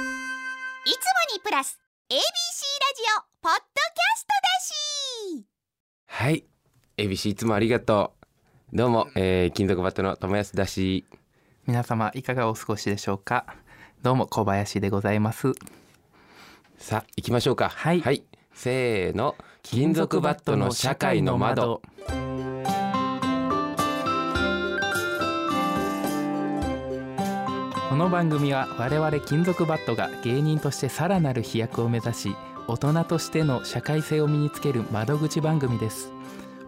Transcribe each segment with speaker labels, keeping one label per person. Speaker 1: いつもにプラス ABC ラジオポッドキャストだし
Speaker 2: はい、ABC いつもありがとう。どうも、えー、金属バットの友安だし。
Speaker 3: 皆様いかがお過ごしでしょうかどうも小林でございます
Speaker 2: さあ、行きましょうか。
Speaker 3: はい
Speaker 2: せーの、金属バットの社会の窓。
Speaker 3: この番組は我々金属バットが芸人としてさらなる飛躍を目指し大人としての社会性を身につける窓口番組です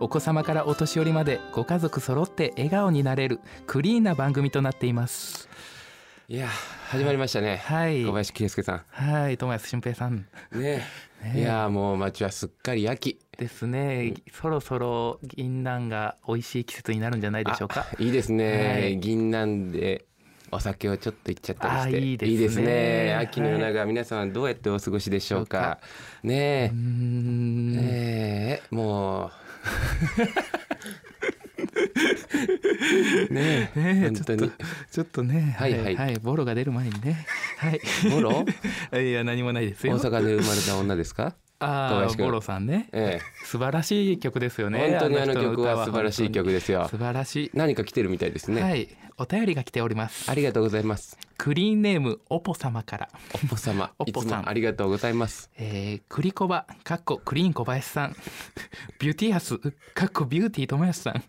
Speaker 3: お子様からお年寄りまでご家族揃って笑顔になれるクリーンな番組となっています
Speaker 2: いやー、始まりましたね。
Speaker 3: はい
Speaker 2: 小林圭介さ
Speaker 3: はい友安俊平さん
Speaker 2: ん。ねえ。
Speaker 3: ねえ
Speaker 2: いやー、もう街はすっかり秋。
Speaker 3: ですね、そろそろ銀杏が美味しい季節になるんじゃないでしょうか
Speaker 2: いいですね。
Speaker 3: はい
Speaker 2: 銀杏で。お酒をちょっといっちゃったりして
Speaker 3: あーいいですね
Speaker 2: 秋の夜長、皆さんどうやってお過ごしでしょうか
Speaker 3: そうか
Speaker 2: ね
Speaker 3: う
Speaker 2: え、
Speaker 3: ーん
Speaker 2: ねえも うねえ
Speaker 3: ねえ
Speaker 2: 本当に
Speaker 3: ちょっとね、
Speaker 2: はいはい
Speaker 3: ボロが出る前にね、はい、
Speaker 2: ボロ
Speaker 3: いや何もないです
Speaker 2: 大
Speaker 3: よ。
Speaker 2: 阪で生まれた女ですか小
Speaker 3: ああ
Speaker 2: 林君
Speaker 3: ボロさんね、
Speaker 2: え
Speaker 3: 素晴らしい曲ですよ
Speaker 2: え、
Speaker 3: ね。
Speaker 2: 本当にあの
Speaker 3: 人
Speaker 2: 曲
Speaker 3: 歌
Speaker 2: は素晴らしい曲です
Speaker 3: 本
Speaker 2: よ
Speaker 3: 当に素晴らし
Speaker 2: 何か来てるみたいです
Speaker 3: い、
Speaker 2: ね、
Speaker 3: はい、お便りが来ております
Speaker 2: あ。りがとうございます
Speaker 3: クリーンネームオポ様から。
Speaker 2: おっぽ様
Speaker 3: おっ
Speaker 2: い
Speaker 3: ぽ
Speaker 2: つ
Speaker 3: さん
Speaker 2: もありがとうございます
Speaker 3: えー、クリコバ、かっこクリーン小林さん。ビューティアス、かっこビューティー友安さん。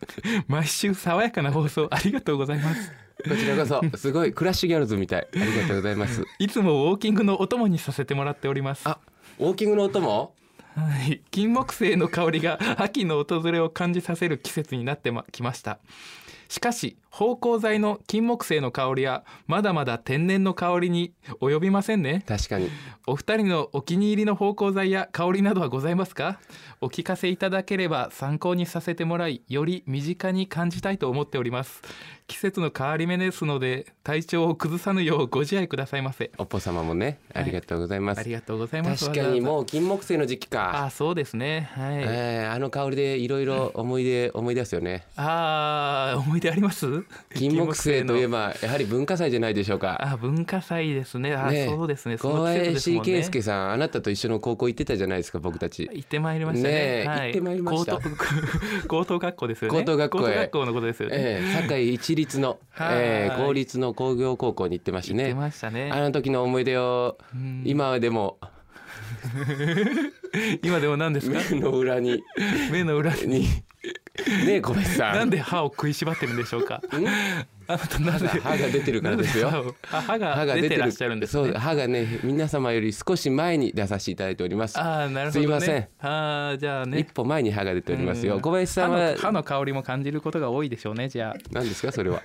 Speaker 3: 毎週爽やかな放送ありがとうございます。
Speaker 2: こちらこそすごいクラッシュギャルズみたいありがとうございます
Speaker 3: いつもウォーキングのお供にさせてもらっております。
Speaker 2: あウォーキングのお供
Speaker 3: はい、金木犀の香りが秋の訪れを感じさせる季節になってまきましたしかし芳香剤の金木犀の香りはまだまだ天然の香りに及びませんね
Speaker 2: 確かに
Speaker 3: お二人のお気に入りの芳香剤や香りなどはございますかお聞かせいただければ参考にさせてもらいより身近に感じたいと思っております季節の変わり目ですので体調を崩さぬようご自愛くださいませ
Speaker 2: おっぽ様もねありがとうございます、
Speaker 3: ありがとうございます
Speaker 2: 確かに
Speaker 3: う
Speaker 2: もう金木犀の時期か
Speaker 3: あそうですねはい、
Speaker 2: ええあの香りでいろいろ思い出思い出すよ ね
Speaker 3: ああ思い出あります
Speaker 2: 金木犀といえ
Speaker 3: ば
Speaker 2: ばやはり文化祭じゃないでしょうか
Speaker 3: あ文化祭ですねあ
Speaker 2: ねえ
Speaker 3: そうですねそ
Speaker 2: 小
Speaker 3: の季節です
Speaker 2: 林
Speaker 3: もん
Speaker 2: 圭
Speaker 3: ね
Speaker 2: 介さんあなたと一緒の高校行ってたじゃないですか僕たち
Speaker 3: 行ってまいりましたね
Speaker 2: ねえ
Speaker 3: はい、
Speaker 2: 行ってまいりました
Speaker 3: 高等 高等学校ですよね
Speaker 2: 高等学校へ
Speaker 3: のことですよね、
Speaker 2: ええ、堺一律の、
Speaker 3: はい
Speaker 2: ええ、公立の工業高校に行ってました
Speaker 3: 行っ
Speaker 2: ね。
Speaker 3: てましたね
Speaker 2: あの時の思い出を
Speaker 3: うん
Speaker 2: 今でも
Speaker 3: 今でも 何ですか
Speaker 2: 目の裏に
Speaker 3: 目の裏に
Speaker 2: にねえ小林さん。
Speaker 3: なんで歯を食いしばってるんでしょうか
Speaker 2: ん
Speaker 3: あなたなぜ
Speaker 2: 歯が出てるからです
Speaker 3: な
Speaker 2: よ。
Speaker 3: ぜ歯をあ歯が出てらっしゃるんです
Speaker 2: そう
Speaker 3: ね
Speaker 2: 歯がね皆様より少し前に出させていただいております。
Speaker 3: ああなるほど、ね、
Speaker 2: すいません
Speaker 3: ああじゃあね
Speaker 2: 一歩前に歯が出ております
Speaker 3: う
Speaker 2: よ。
Speaker 3: ん
Speaker 2: 小林さん
Speaker 3: 歯
Speaker 2: は
Speaker 3: の歯の香りも感じることが多いでしょうねじゃあ
Speaker 2: 何ですかそれは。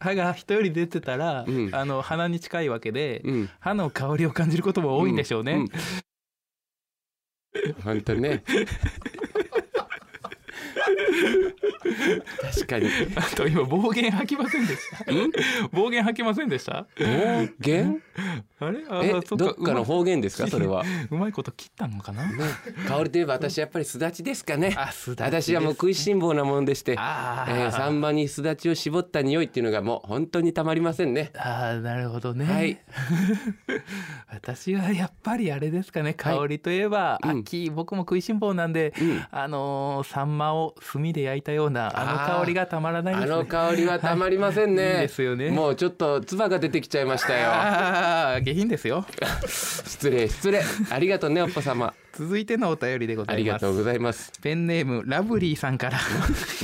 Speaker 3: 歯が人より出てたら、
Speaker 2: うん
Speaker 3: あの鼻に近いわけで、
Speaker 2: うん
Speaker 3: 歯の香りを感じることも多いんでしょうね、
Speaker 2: んん本当にね。確かに。
Speaker 3: あ と今暴言吐きませんでした暴言吐きませんでした
Speaker 2: 方言？
Speaker 3: あれあ
Speaker 2: え
Speaker 3: そっか
Speaker 2: どっかの
Speaker 3: うま
Speaker 2: 方言ですかそれは。
Speaker 3: いうまいこと切ったのかな
Speaker 2: 香りといえば私やっぱりすだちですかね。
Speaker 3: あすだちです
Speaker 2: 私はもう食いしん坊なもんでして、え
Speaker 3: あー、
Speaker 2: ー、サンマにすだちを絞った匂いっていうのがもう本当にたまりませんね。
Speaker 3: あーなるほどね、
Speaker 2: はい、
Speaker 3: 私はやっぱりあれですかね
Speaker 2: はい
Speaker 3: 香りといえば、
Speaker 2: うん
Speaker 3: 秋僕も食いしん坊なんで、
Speaker 2: うん
Speaker 3: あのー、サンマを炭で焼いたようなあの香りがたまらないです
Speaker 2: あ
Speaker 3: ね
Speaker 2: の香りはたまりませんね。
Speaker 3: はいいいですよね
Speaker 2: もうちょっと唾が出てきちゃいましたよ。
Speaker 3: ああ下品ですよ
Speaker 2: 失礼失礼。ありがとうねおっぱ様。
Speaker 3: 続いてのお便りでござ
Speaker 2: あり
Speaker 3: いま
Speaker 2: が
Speaker 3: す
Speaker 2: とうございます。
Speaker 3: ペンネームラブリーさんから、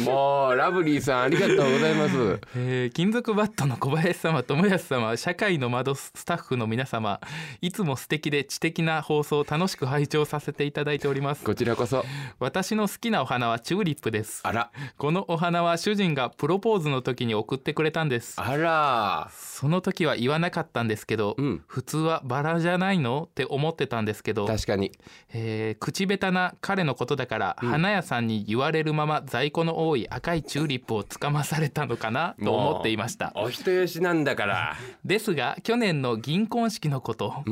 Speaker 2: もうラブリーさんありがとうございます。
Speaker 3: えー金属バットの小林様友安様社会の窓スタッフの皆様いつも素敵で知的な放送を楽しく拝聴させていただいております
Speaker 2: こちらこそ。
Speaker 3: 私の好きなお花はチューリップです
Speaker 2: あら
Speaker 3: このお花は主人がプロポーズの時に送ってくれたんです
Speaker 2: あら。
Speaker 3: その時は言わなかったんですけど、
Speaker 2: うん
Speaker 3: 普通はバラじゃないのって思ってたんですけど
Speaker 2: 確かに。
Speaker 3: えー口下手な彼のことだから、花屋さんに言われるまま在庫の多い赤いチューリップをつかまされたのかなと思っていました
Speaker 2: お人よしなんだから。
Speaker 3: ですが去年の銀婚式のこと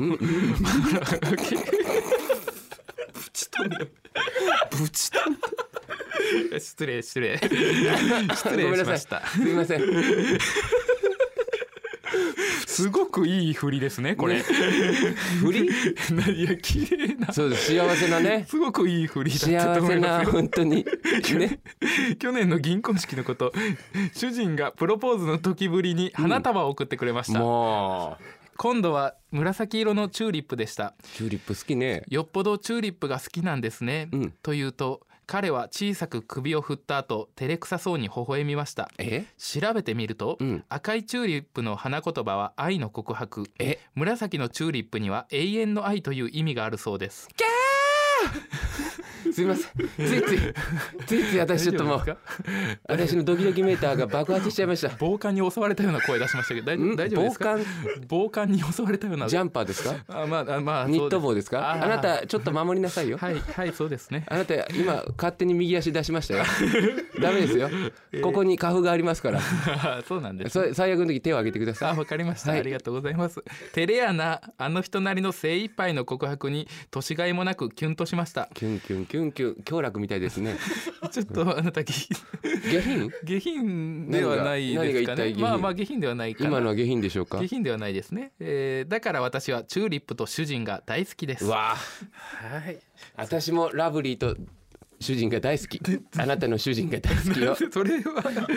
Speaker 2: ぶち
Speaker 3: 失礼 失礼失礼しました
Speaker 2: ごめんなさいすいません。
Speaker 3: すごくいい振りですねこ れ。
Speaker 2: 振り
Speaker 3: いや綺麗な
Speaker 2: そうです幸せなね
Speaker 3: すごくいい振りだっ
Speaker 2: 幸
Speaker 3: たと思
Speaker 2: せ
Speaker 3: いま
Speaker 2: な
Speaker 3: すよ。
Speaker 2: 本当にね
Speaker 3: 去年の銀婚式のこと主人がプロポーズの時ぶりに花束を送ってくれました、
Speaker 2: も
Speaker 3: 今度は紫色のチューリップでした
Speaker 2: うチューリップ好きね
Speaker 3: よっぽどチューリップが好きなんですね、
Speaker 2: うん
Speaker 3: というと彼は小さく首を振った後照れくさそうに微笑みました
Speaker 2: え
Speaker 3: 調べてみると、
Speaker 2: うん
Speaker 3: 赤いチューリップの花言葉は愛の告白
Speaker 2: え
Speaker 3: 紫のチューリップには永遠の愛という意味があるそうです
Speaker 2: すいませんついついついつい私ちょっとも
Speaker 3: 大丈
Speaker 2: う
Speaker 3: 夫ですか
Speaker 2: 私のドキドキメーターが爆発しちゃいました
Speaker 3: 暴漢に襲われたような声出しましたけど大丈
Speaker 2: ん
Speaker 3: 夫大丈夫ですか
Speaker 2: 防
Speaker 3: 暴漢に襲われたような
Speaker 2: 寒ジャンパーですか
Speaker 3: あまああまあ
Speaker 2: ニット
Speaker 3: そう
Speaker 2: 帽
Speaker 3: で
Speaker 2: ですか
Speaker 3: あー
Speaker 2: あなたちょっと守りなさいよ
Speaker 3: すはいはいそうですね
Speaker 2: あなた今勝手に右足出しました よダメですよここに花粉がありますから
Speaker 3: そうなんです
Speaker 2: そ最悪の時手を挙げてくださ
Speaker 3: あ
Speaker 2: い
Speaker 3: わかりました、
Speaker 2: はい
Speaker 3: ありがとうございます照れやなあの人なりの精一杯の告白に年がいもなくキュンとし ました
Speaker 2: キュンキュンキュンキュン強楽みたいですね
Speaker 3: ちょっとあなた下品
Speaker 2: 下品
Speaker 3: 下品ではないです
Speaker 2: 何が何
Speaker 3: か
Speaker 2: が一体
Speaker 3: ね
Speaker 2: 下品
Speaker 3: まあまあ下品ではないかな
Speaker 2: 今のは下品でしょうか
Speaker 3: 下品ではないですね、えー、だから私はチューリップと主人が大好きです
Speaker 2: うわあ
Speaker 3: はい
Speaker 2: 私もラブリーと主人が大好きあなたの主人が大好きよ
Speaker 3: それは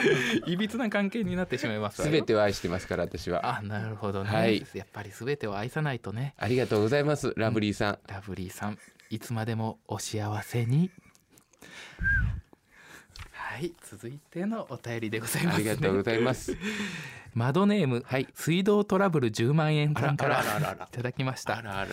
Speaker 3: いびつな関係になってしまいますわよ
Speaker 2: 全てを愛してますから私は
Speaker 3: あなるほどね、
Speaker 2: はい
Speaker 3: やっぱり全てを愛さないとね
Speaker 2: ありがとうございますラブリーさん
Speaker 3: ラブリーさんいつまでもお幸せにはい続いてのお便りでございま
Speaker 2: あ
Speaker 3: す、
Speaker 2: り
Speaker 3: ね、
Speaker 2: がとうございます
Speaker 3: マドネーム、
Speaker 2: はい
Speaker 3: 水道トラブル10万円さんから
Speaker 2: あらあらあら
Speaker 3: いただきました
Speaker 2: あら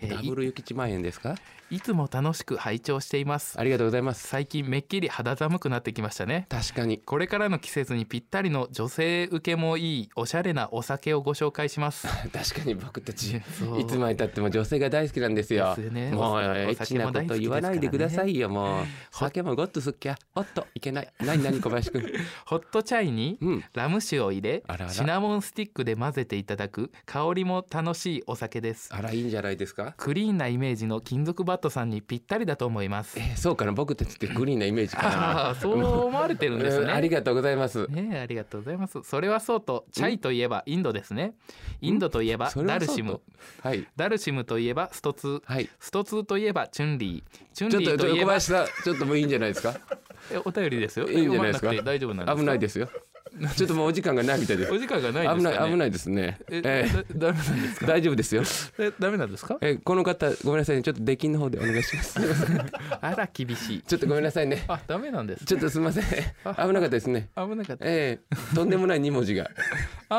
Speaker 3: えー
Speaker 2: ダブルゆきち万円ですか
Speaker 3: いつも楽しく拝聴しています
Speaker 2: ありがとうございます
Speaker 3: 最近めっきり肌寒くなってきましたね
Speaker 2: 確かに
Speaker 3: これからの季節にぴったりの女性受けもいいおしゃれなお酒をご紹介します
Speaker 2: 確かに僕た ちい
Speaker 3: そう
Speaker 2: つまでたっても女性が大好きなんですよ
Speaker 3: ですね
Speaker 2: もう
Speaker 3: お酒
Speaker 2: エッチなこ
Speaker 3: お酒も大好
Speaker 2: と
Speaker 3: きですからね
Speaker 2: 言わないでくださいよもう 酒もごっとすっきゃおっといけない何何小林く ん
Speaker 3: ホットチャイに
Speaker 2: うん
Speaker 3: ラム酒を入れ
Speaker 2: あらあら
Speaker 3: シナモンスティックで混ぜていただく香りも楽しいお酒です
Speaker 2: あらいいんじゃないですか
Speaker 3: クリーンなイメージの金属バットさんにぴったりだと思います
Speaker 2: えーそうかな僕たちってグリーンなイメージかな
Speaker 3: ああそう思われてるんです
Speaker 2: うんあり
Speaker 3: ね
Speaker 2: がとうございます
Speaker 3: ねえありがとうございますそれはそうとチャイといえばインドですねインドといえば
Speaker 2: それ
Speaker 3: ダ
Speaker 2: は
Speaker 3: ル
Speaker 2: そう
Speaker 3: シ
Speaker 2: と
Speaker 3: ム
Speaker 2: はい
Speaker 3: ダルシムといえばストツー
Speaker 2: はい
Speaker 3: ストツーといえばチュンリーチュン
Speaker 2: ちょっ
Speaker 3: リー
Speaker 2: と
Speaker 3: と
Speaker 2: ちょっと
Speaker 3: いえ
Speaker 2: 小
Speaker 3: ば
Speaker 2: 林さんちょっともういいんじゃないですか
Speaker 3: えお便りですよ
Speaker 2: いいんじゃないですか
Speaker 3: 読まなくて大丈夫なんですか
Speaker 2: 危ないですよちょっともうお時間がないみたいです
Speaker 3: お時間がないで
Speaker 2: 危
Speaker 3: す
Speaker 2: な
Speaker 3: か、ね、
Speaker 2: い危ないですね
Speaker 3: え、
Speaker 2: えー
Speaker 3: だダメなんですか
Speaker 2: 大丈夫ですよ
Speaker 3: えダメなんですか
Speaker 2: えーこの方ごめんなさいねちょっと出禁の方でお願いします
Speaker 3: あら厳しい
Speaker 2: ちょっとごめんなさいね
Speaker 3: あダメなんです
Speaker 2: ちょっとすみません危なかったですね
Speaker 3: 危なかった
Speaker 2: えーとんでもない2文字が
Speaker 3: あ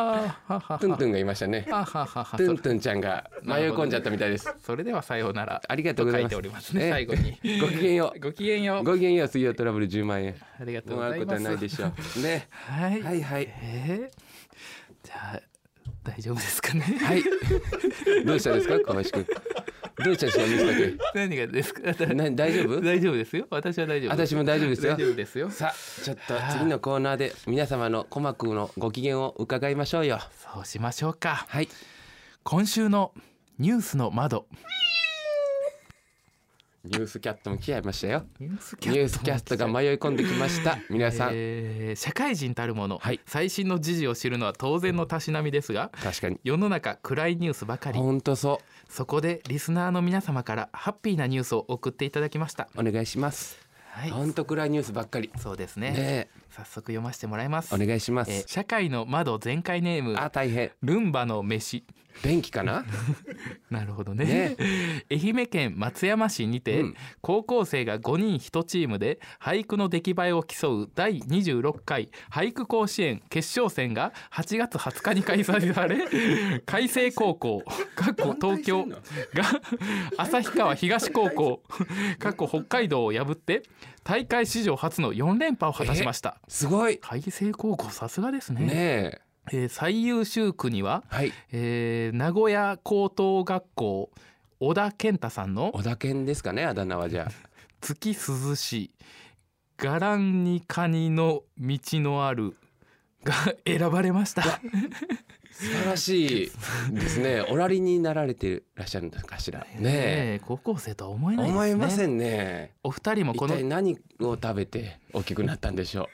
Speaker 3: ーははは
Speaker 2: トゥントゥンがいましたね
Speaker 3: あははは
Speaker 2: トゥントゥンちゃんが迷い込んじゃったみたいです
Speaker 3: それではさようなら
Speaker 2: ありがとうございます
Speaker 3: 書いておりますね、
Speaker 2: ええ
Speaker 3: 最後に
Speaker 2: ごきげんよう
Speaker 3: ごきげんよう
Speaker 2: ごきげんよう水曜トラブル10万円
Speaker 3: ありがとう
Speaker 2: 思
Speaker 3: ござ
Speaker 2: うこ
Speaker 3: い
Speaker 2: と
Speaker 3: ま
Speaker 2: はない
Speaker 3: す
Speaker 2: でしょうね
Speaker 3: はい、
Speaker 2: はいはい
Speaker 3: えーじゃあ大丈夫ですかね
Speaker 2: はいどうしたんですか小林くんどうしたんですか水田
Speaker 3: 何がですか
Speaker 2: 君な大丈夫
Speaker 3: 大丈夫ですよ私は大丈夫
Speaker 2: 私も大丈夫ですよ
Speaker 3: 大丈夫ですよ
Speaker 2: さあちょっと次のコーナーで皆様の鼓膜のご機嫌を伺いましょうよ
Speaker 3: そうしましょうか
Speaker 2: はい
Speaker 3: 今週のニュースの窓
Speaker 2: ニュースキャットも来ちゃいましたよ
Speaker 3: ニュース
Speaker 2: ニュースキャストが迷い込んできま した皆さん、
Speaker 3: えー社会人たるもの、
Speaker 2: はい
Speaker 3: 最新の時事を知るのは当然のたしなみですが
Speaker 2: 確かに
Speaker 3: 世の中暗いニュースばかり
Speaker 2: ほんとそ
Speaker 3: そこでリスナーの皆様からハッピーなニュースを送っていただきました
Speaker 2: うお願いします
Speaker 3: はい
Speaker 2: ほんと暗いニュースばっかり
Speaker 3: そうですね
Speaker 2: ねえ
Speaker 3: 早速読ませてもらいます
Speaker 2: お願いします、
Speaker 3: えー社会の窓全開ネーム
Speaker 2: あ大変
Speaker 3: ルンバの飯
Speaker 2: 電気か な
Speaker 3: なるほどね愛媛県松山市にて、
Speaker 2: うん
Speaker 3: 高校生が5人1チームで俳句の出来栄えを競う第26回俳句甲子園決勝戦が8月20日に開催 され海星高校かっこ東京が旭川東高 校かっこ北海道を破って大会史上初の4連覇を果たしました。
Speaker 2: すごい
Speaker 3: 海星高校さすがですね
Speaker 2: ねえ
Speaker 3: えー最優秀区には
Speaker 2: はい
Speaker 3: えー名古屋高等学校小田健太さんの
Speaker 2: 小田犬ですかねあだ名はじゃ
Speaker 3: 「月涼し」「伽藍にカニの道のある」が選ばれました
Speaker 2: あ素晴らしいです ね。おらりになられてらっしゃるのかしら。ね
Speaker 3: え高校生とは思え
Speaker 2: え。
Speaker 3: ないですね
Speaker 2: 思いませんね。
Speaker 3: お二人もこ
Speaker 2: 一
Speaker 3: の
Speaker 2: 体何を食べて大きくなったんでしょ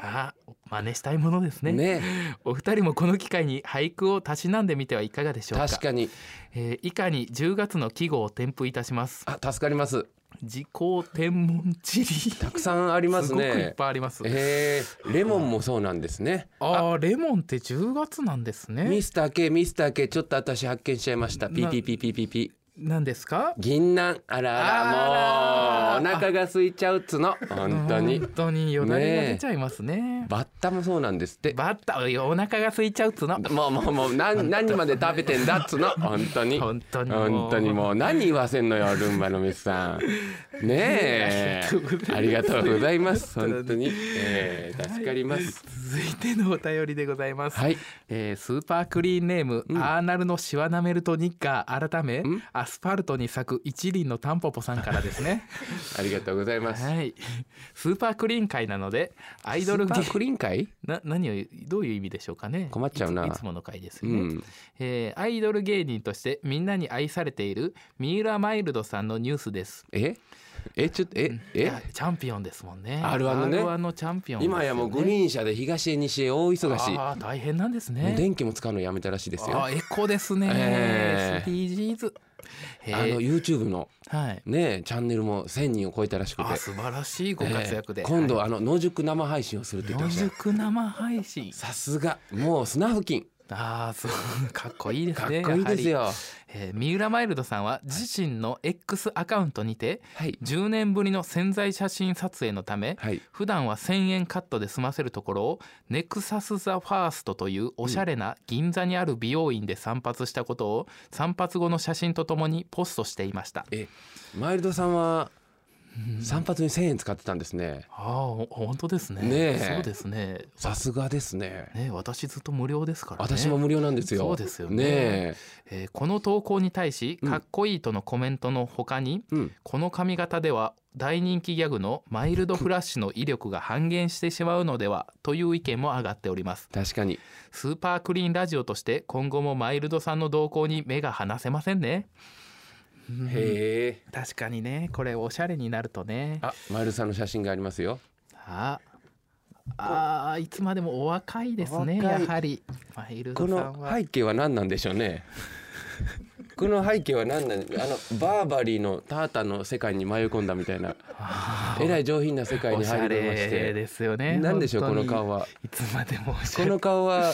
Speaker 3: あ真似したいものです
Speaker 2: う。
Speaker 3: ね
Speaker 2: ね
Speaker 3: お二人もこの機会に俳句をたしなんでみてはいかがでしょうか
Speaker 2: 確かに。
Speaker 3: えー以下に10月の季語を添付いたします
Speaker 2: あ、助かります。
Speaker 3: 時効天文地理
Speaker 2: たくさんあります
Speaker 3: すごくいっ
Speaker 2: ね。
Speaker 3: ぱいあります
Speaker 2: えー、レモンもそうなんですね。
Speaker 3: あーレモンって10月なんですね
Speaker 2: ミスター K ミスター K ちょっと私発見しちゃいました。
Speaker 3: な
Speaker 2: ピーピーピーピーピーピー。
Speaker 3: なんですか
Speaker 2: 銀杏あらあら
Speaker 3: あら
Speaker 2: もうお腹が空いちゃうっつの本当に
Speaker 3: 本。当によだれが出ちゃいますね
Speaker 2: バッタもそうなんですって。
Speaker 3: バッタおいお腹が空いちゃうっつうの
Speaker 2: もうもうもう何何まで食べてんだっつの本当に。
Speaker 3: 本当にもう
Speaker 2: 本当にもう何言わせんのよルンバのミスさんねえありがとうございます本当に、えー、助かります
Speaker 3: 続いてのお便りでございます、
Speaker 2: はい
Speaker 3: えースーパークリーンネーム、
Speaker 2: うん
Speaker 3: アーナルのシワナメルトニッカー改め、
Speaker 2: うん
Speaker 3: アスファルトに咲く一輪のタンポポさんからです ね
Speaker 2: ありがとうございます、
Speaker 3: はいスーパークリーン会なのでアイドル
Speaker 2: ス
Speaker 3: 芸
Speaker 2: ーパークリーン会
Speaker 3: な何をどういう意味でしょうかね
Speaker 2: 困っちゃうない
Speaker 3: ついつもの回です
Speaker 2: う
Speaker 3: よね、
Speaker 2: ん
Speaker 3: えーアイドル芸人としてみんなに愛されている三浦マイルドさんのニュースです
Speaker 2: ええちょっとえ
Speaker 3: い
Speaker 2: え
Speaker 3: やチャンピオンですもんね
Speaker 2: R1 のね
Speaker 3: R1 のチャンピオンですよね、
Speaker 2: 今やもうグリーン車で東へ西へ大忙しい
Speaker 3: ああ大変なんですね
Speaker 2: もう電気も使うのやめたらしいですよ
Speaker 3: あ
Speaker 2: あ
Speaker 3: あエコですね、
Speaker 2: ええ
Speaker 3: SDGs へえ
Speaker 2: の YouTube の
Speaker 3: はい
Speaker 2: ねチャンネルも1000人を超えたらしくて
Speaker 3: あ素晴らしいご活躍で、
Speaker 2: えー今度
Speaker 3: は
Speaker 2: あの野宿生配信をするって
Speaker 3: い
Speaker 2: 言って
Speaker 3: 野
Speaker 2: ましたよ
Speaker 3: 宿生配信
Speaker 2: さすがもう砂付近
Speaker 3: ああそう かっこいいで
Speaker 2: か
Speaker 3: す
Speaker 2: っ
Speaker 3: ね
Speaker 2: こいいです
Speaker 3: やは
Speaker 2: よ
Speaker 3: り、えー三浦マイルドさんは自身の X アカウントにて
Speaker 2: はい
Speaker 3: 10年ぶりの宣材写真撮影のため
Speaker 2: はい
Speaker 3: 普段は1,000円カットで済ませるところをネクサス・ザ・ファーストというおしゃれな銀座にある美容院で散髪したことを散髪後の写真とともにポストしていました。
Speaker 2: えマイルドさんは散髪に1000円使ってたんですね
Speaker 3: ああほ本当ですね。
Speaker 2: ねえ
Speaker 3: そうですね。
Speaker 2: さすがですね
Speaker 3: ね私ずっと無料ですからね。
Speaker 2: 私も無料なんですよ
Speaker 3: そうですよね
Speaker 2: ねえ
Speaker 3: えーこの投稿に対し
Speaker 2: うん
Speaker 3: かっこいいとのコメントのほかに、
Speaker 2: うん
Speaker 3: この髪型では大人気ギャグのマイルドフラッシュの威力が半減してしまうのではという意見も上がっております。
Speaker 2: 確かに
Speaker 3: スーパークリーンラジオとして今後もマイルドさんの動向に目が離せませんね。
Speaker 2: へえ
Speaker 3: 確かにねこれおしゃれになるとね
Speaker 2: あマイルドさんの写真がありますよ
Speaker 3: ああーいつまでもお若いですね
Speaker 2: お若い
Speaker 3: やはりマイル
Speaker 2: こ
Speaker 3: ドさん
Speaker 2: の
Speaker 3: は、
Speaker 2: 背景は何なんでしょう ねこの背景は何なんあのバーバリーのタータンの世界に迷い込んだみたいなえらい上品な世界
Speaker 3: お
Speaker 2: に
Speaker 3: しゃ
Speaker 2: 入り込みまし
Speaker 3: れ
Speaker 2: て
Speaker 3: ですよね
Speaker 2: 何でしょうこ
Speaker 3: 本当
Speaker 2: の
Speaker 3: に
Speaker 2: 顔はい
Speaker 3: つまでもおし
Speaker 2: こ
Speaker 3: ゃれ
Speaker 2: の顔は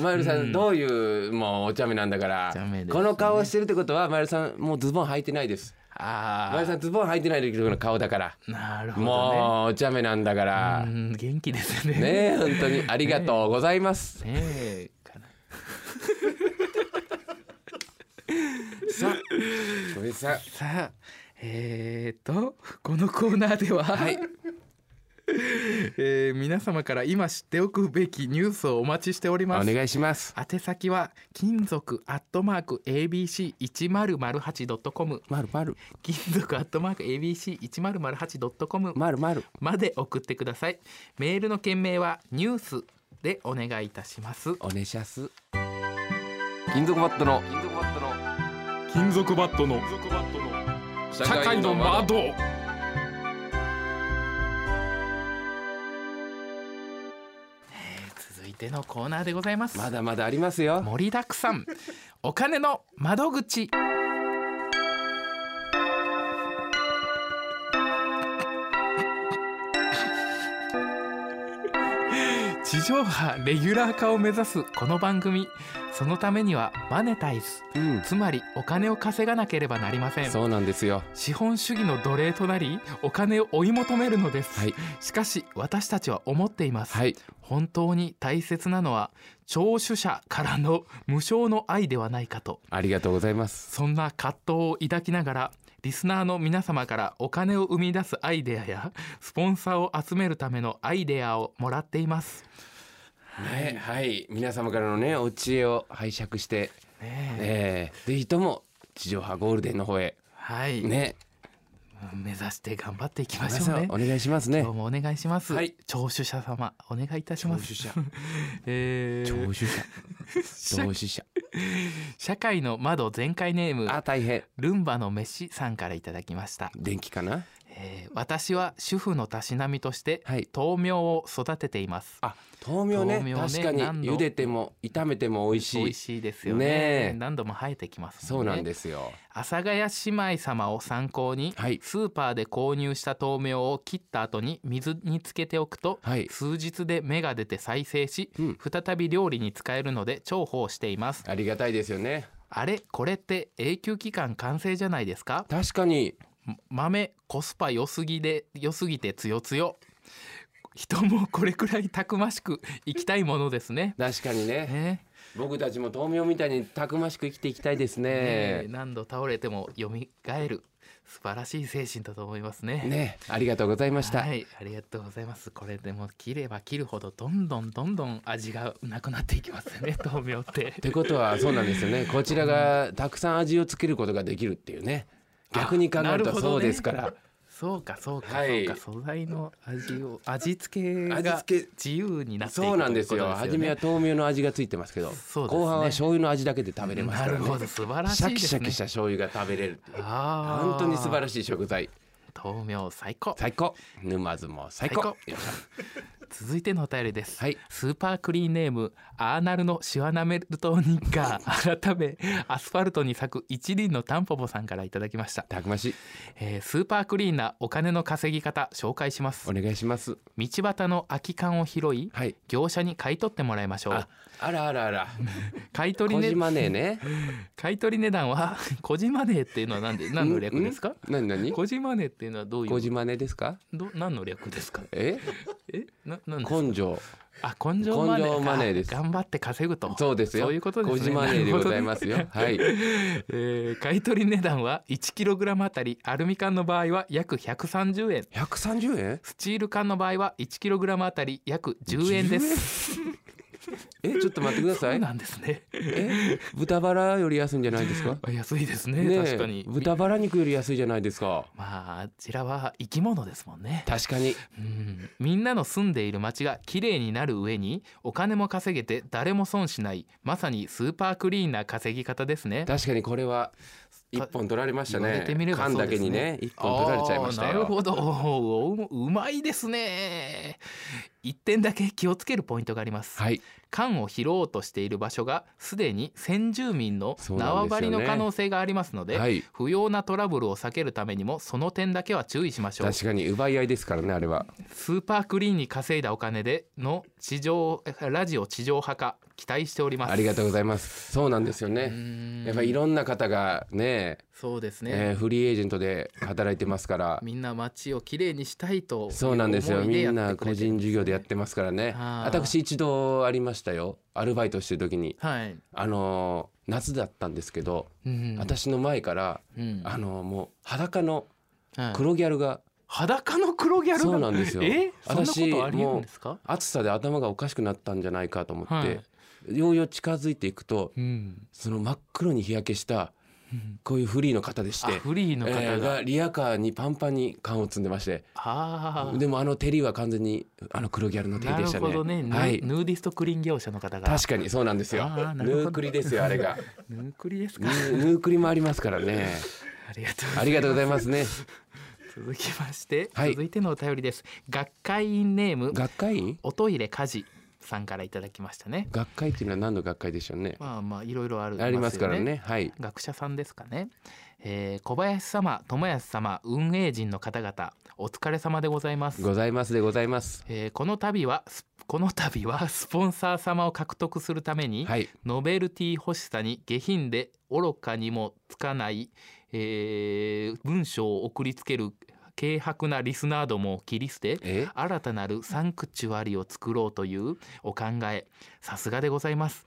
Speaker 2: マイルさ
Speaker 3: うん
Speaker 2: んどういうもうお茶目なんだから
Speaker 3: お茶目ですね
Speaker 2: この顔をしてるってことはマイルさんもうズボン履いてないですマイ
Speaker 3: あ
Speaker 2: ルさんズボン履いてない時の顔だから
Speaker 3: あなるほどね
Speaker 2: もうお茶目なんだからね
Speaker 3: うん元気ですね
Speaker 2: え本当にありがとうござい ます
Speaker 3: ねえかな
Speaker 2: さあ小林さん
Speaker 3: さあえー、とこのコーナーでは、 えー皆様から今知っておくべきニュースをお待ちしておりま
Speaker 2: お
Speaker 3: す
Speaker 2: 願いします
Speaker 3: 宛先は金属アットマーク abc1008.com
Speaker 2: まるまる
Speaker 3: 金属アットマーク abc1008.com
Speaker 2: まるまる
Speaker 3: まで送ってくださいメールの件名はニュースでお願いいたします
Speaker 2: おねしゃす金属バットの
Speaker 4: 金属バットの
Speaker 2: 社
Speaker 4: 社会の窓
Speaker 3: 続いてのコーナーでございます
Speaker 2: まだまだありますよ
Speaker 3: 盛りだくさんお金の窓口 地上波レギュラー化を目指すこの番組そのためにはマネタイズ
Speaker 2: うん
Speaker 3: つまりお金を稼がなければなりません
Speaker 2: そうなんですよ
Speaker 3: 資本主義の奴隷となりお金を追い求めるのです、
Speaker 2: はい
Speaker 3: しかし私たちは思っています、
Speaker 2: はい
Speaker 3: 本当に大切なのは聴取者からの無償の愛ではないかと
Speaker 2: ありがとうございます
Speaker 3: そんな葛藤を抱きながらリスナーの皆様からお金を生み出すアイデアやスポンサーを集めるためのアイデアをもらっています。
Speaker 2: ねはい皆様からのねお知恵を拝借して
Speaker 3: ねえ
Speaker 2: えー、ぜひとも地上波ゴールデンの方へ
Speaker 3: はい、
Speaker 2: ね
Speaker 3: 目指して頑張っていきま
Speaker 2: 皆
Speaker 3: しょ
Speaker 2: さ
Speaker 3: うんね
Speaker 2: お願いしますね
Speaker 3: 今日もお願いします、
Speaker 2: はい
Speaker 3: 聴取者様お願いいたします
Speaker 2: 聴取 者
Speaker 3: え
Speaker 2: 聴
Speaker 3: ー
Speaker 2: 取者 同志者
Speaker 3: 社会の窓全開ネーム
Speaker 2: あ大変
Speaker 3: ルンバの飯さんからいただきました、
Speaker 2: 電気かな
Speaker 3: えー私は主婦のたしなみとして
Speaker 2: はい
Speaker 3: 豆苗を育てています
Speaker 2: あ豆苗ね
Speaker 3: 豆苗ね
Speaker 2: 確かに
Speaker 3: 何度
Speaker 2: 茹でても炒めても美味しい
Speaker 3: 美味しいですよ
Speaker 2: ね
Speaker 3: ね
Speaker 2: え
Speaker 3: 何度も生えてきます
Speaker 2: そ
Speaker 3: も
Speaker 2: うん
Speaker 3: ね
Speaker 2: なんですよ
Speaker 3: 阿佐ヶ谷姉妹様を参考に、
Speaker 2: はい
Speaker 3: スーパーで購入した豆苗を切った後に水につけておくと、
Speaker 2: はい
Speaker 3: 数日で芽が出て再生し、
Speaker 2: うん
Speaker 3: 再び料理に使えるので重宝しています
Speaker 2: ありがたいですよね
Speaker 3: あれこれって永久期間完成じゃないですか
Speaker 2: 確かに
Speaker 3: ま豆コスパ良すぎで良すぎてつよつよ人もこれくらいたくましく生きたいものですね
Speaker 2: 確かにね
Speaker 3: ね
Speaker 2: 僕たちも豆苗みたいにたくましく生きていきたいです
Speaker 3: ね
Speaker 2: ね
Speaker 3: 何度倒れても蘇る素晴らしい精神だと思いますね
Speaker 2: ねありがとうございました、
Speaker 3: はい、ありがとうございます。これでも切れば切るほどどんどんどんどん味がなくなっていきますよ ね。豆苗って
Speaker 2: っ。てことはそうなんですよねこちらがたくさん味をつけることができるっていうね逆に考える
Speaker 3: あなる
Speaker 2: と
Speaker 3: ほどね
Speaker 2: そうですから、
Speaker 3: そうかそうか、
Speaker 2: はい
Speaker 3: そうか素材の味を味付けが
Speaker 2: 味付け
Speaker 3: 自由になっていく
Speaker 2: そうなんですよ
Speaker 3: ということ
Speaker 2: 初めは豆苗の味がついてますけど
Speaker 3: そうですね
Speaker 2: 後半は醤油の味だけで食べれます
Speaker 3: な
Speaker 2: から
Speaker 3: る
Speaker 2: ね
Speaker 3: ほど素晴らし
Speaker 2: シャ
Speaker 3: いで
Speaker 2: キシ
Speaker 3: す
Speaker 2: ャ
Speaker 3: ね
Speaker 2: キし。た醤油が食べれるっていう
Speaker 3: ああ
Speaker 2: 本当に素晴ら
Speaker 3: い。
Speaker 2: しい食材
Speaker 3: 豆苗最高。
Speaker 2: 最高沼津も最高
Speaker 3: 最
Speaker 2: よっし
Speaker 3: 続いてのお便りです。
Speaker 2: はい
Speaker 3: スーパークリーンネームアーナルのシュワナメルトニッ カー改めアスファルトに咲く一輪のタンポポさんからいただきました
Speaker 2: ゃ。たくましい
Speaker 3: えースーパークリーンなお金の稼ぎ方紹介します
Speaker 2: お願いします
Speaker 3: 道端の空き缶を拾い
Speaker 2: はい
Speaker 3: 業者に買い取ってもらいましょう
Speaker 2: ああらあらあら
Speaker 3: 買い取り
Speaker 2: 小
Speaker 3: ね
Speaker 2: 島ねね
Speaker 3: 買い取り値段は 小島値っていうのは何で何の略ですか
Speaker 2: 何何
Speaker 3: 小島値っていうのはどうい
Speaker 2: 小
Speaker 3: う
Speaker 2: 島ねですか
Speaker 3: ど何の略ですか
Speaker 2: え
Speaker 3: えななんです
Speaker 2: 根性
Speaker 3: あ根性マネ
Speaker 2: 根性
Speaker 3: ー
Speaker 2: マネーです
Speaker 3: か頑張って稼ぐと
Speaker 2: そうですよ
Speaker 3: そういうことですね
Speaker 2: 小島ねでございますよはい
Speaker 3: えー買い取り値段は 1kg あたりアルミ缶の場合は約130円
Speaker 2: 130円
Speaker 3: スチール缶の場合は 1kg あたり約10円です
Speaker 2: えちょっと待ってくだ
Speaker 3: そ
Speaker 2: さ
Speaker 3: う
Speaker 2: い
Speaker 3: なんですね
Speaker 2: え豚バラより安いんじゃないですか
Speaker 3: 安いですね
Speaker 2: ねえ
Speaker 3: 確かに
Speaker 2: 豚バラ肉より安いじゃないですか
Speaker 3: まああちらは生き物ですもんね
Speaker 2: 確かに
Speaker 3: うんみんなの住んでいる町が綺麗になる上にお金も稼げて誰も損しないまさにスーパークリーンな稼ぎ方ですね
Speaker 2: 確かにこれは一本取られました
Speaker 3: 言わ
Speaker 2: ね
Speaker 3: れてみれば
Speaker 2: 缶
Speaker 3: そう
Speaker 2: だ
Speaker 3: で
Speaker 2: け
Speaker 3: すね
Speaker 2: にね一本取られちゃいました
Speaker 3: あーなる
Speaker 2: よ
Speaker 3: ほどおううまいですね一点だけ気をつけるポイントがあります、
Speaker 2: はい
Speaker 3: 缶を拾おうとしている場所がすでに先住民の
Speaker 2: そうなん
Speaker 3: 縄
Speaker 2: ですよ
Speaker 3: 張
Speaker 2: ね
Speaker 3: りの可能性がありますので
Speaker 2: はい
Speaker 3: 不要なトラブルを避けるためにもその点だけは注意しましょう
Speaker 2: 確かに奪い合いですからねあれは
Speaker 3: スーパークリーンに稼いだお金での地上ラジオ地上波化期待しております
Speaker 2: ありがとう
Speaker 3: う
Speaker 2: ございますそうなんですよね
Speaker 3: ーん
Speaker 2: やっぱりいろんな方がね
Speaker 3: そうですね、
Speaker 2: えーフリーエージェントで働いてますから
Speaker 3: みんな街をきれいにしたいと
Speaker 2: そうなんですよ
Speaker 3: 思い
Speaker 2: み
Speaker 3: や
Speaker 2: ん
Speaker 3: って
Speaker 2: な個
Speaker 3: くれてる
Speaker 2: 人事業でやってますからね
Speaker 3: あー
Speaker 2: 私一度ありましたよアルバイトしてる時に
Speaker 3: はい、
Speaker 2: あのー夏だったんですけど
Speaker 3: うん
Speaker 2: 私の前から
Speaker 3: うん
Speaker 2: あのーもう裸の
Speaker 3: はい
Speaker 2: 黒ギャルが
Speaker 3: 裸の黒ギャルが
Speaker 2: そうなんですよ
Speaker 3: えそんな
Speaker 2: 私
Speaker 3: ことありえるんですか
Speaker 2: 暑さで頭がおかしくなったんじゃないかと思っ
Speaker 3: は
Speaker 2: て
Speaker 3: い
Speaker 2: ようよう近づいていくと
Speaker 3: うん
Speaker 2: その真っ黒に日焼けしたこういうフリーの方でし
Speaker 3: あ
Speaker 2: て
Speaker 3: フリーの方が、
Speaker 2: えーがリアカーにパンパンに缶を積んでまして
Speaker 3: ああ
Speaker 2: でもあの照りは完全にあの黒ギャルの照り
Speaker 3: な
Speaker 2: で
Speaker 3: る
Speaker 2: したね
Speaker 3: ほどね、ヌ
Speaker 2: はい
Speaker 3: ヌーディストクリーン業者の方が
Speaker 2: 確かにそうなんですよ
Speaker 3: あ
Speaker 2: ヌ
Speaker 3: ーなるほど
Speaker 2: ークリですよあれ が
Speaker 3: ヌークリです
Speaker 2: ヌ
Speaker 3: か
Speaker 2: ーヌークリもありますからね
Speaker 3: ありがとうございます
Speaker 2: ありがとうございますね
Speaker 3: 続きまして、
Speaker 2: はい
Speaker 3: 続いてのお便りです学会員ネーム
Speaker 2: 学会員
Speaker 3: おトイレ家事さんからいただきましたね
Speaker 2: 学会っていうのは何の学会でしょうね
Speaker 3: まあまあいろいろある
Speaker 2: ありますから
Speaker 3: よ
Speaker 2: ねはい
Speaker 3: 学者さんですかね、えー、小林様友安様運営陣の方々お疲れ様でございます、
Speaker 2: ございますでございます
Speaker 3: えー、この度はスこの度はスポンサー様を獲得するために、
Speaker 2: はい
Speaker 3: ノベルティ欲しさに下品で愚かにもつかない、えー文章を送りつける軽薄なリスナーどもを切り捨て
Speaker 2: え
Speaker 3: 新たなるサンクチュアリを作ろうというお考えさすがでございます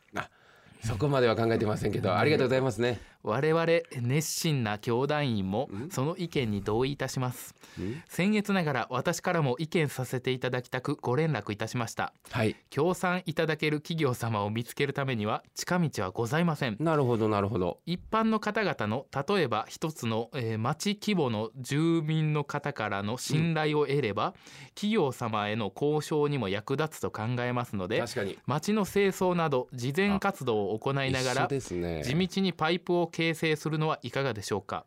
Speaker 2: そこまでは考えてませんけどありがとうございますね
Speaker 3: 我々熱心な教団員も
Speaker 2: ん
Speaker 3: その意見に同意いたします
Speaker 2: ん
Speaker 3: 先越ながら私からも意見させていただきたくご連絡いたしました
Speaker 2: はい
Speaker 3: 協賛いただける企業様を見つけるためには近道はございません
Speaker 2: なるほどなるほど
Speaker 3: 一般の方々の例えば一つの、えー町規模の住民の方からの信頼を得れば、企業様への交渉にも役立つと考えますので
Speaker 2: 確かに
Speaker 3: 町の清掃など慈善活動を行いな
Speaker 2: 一
Speaker 3: が
Speaker 2: 緒
Speaker 3: ら
Speaker 2: ですね
Speaker 3: 地道にパイプを形成するのはいかがでしょうか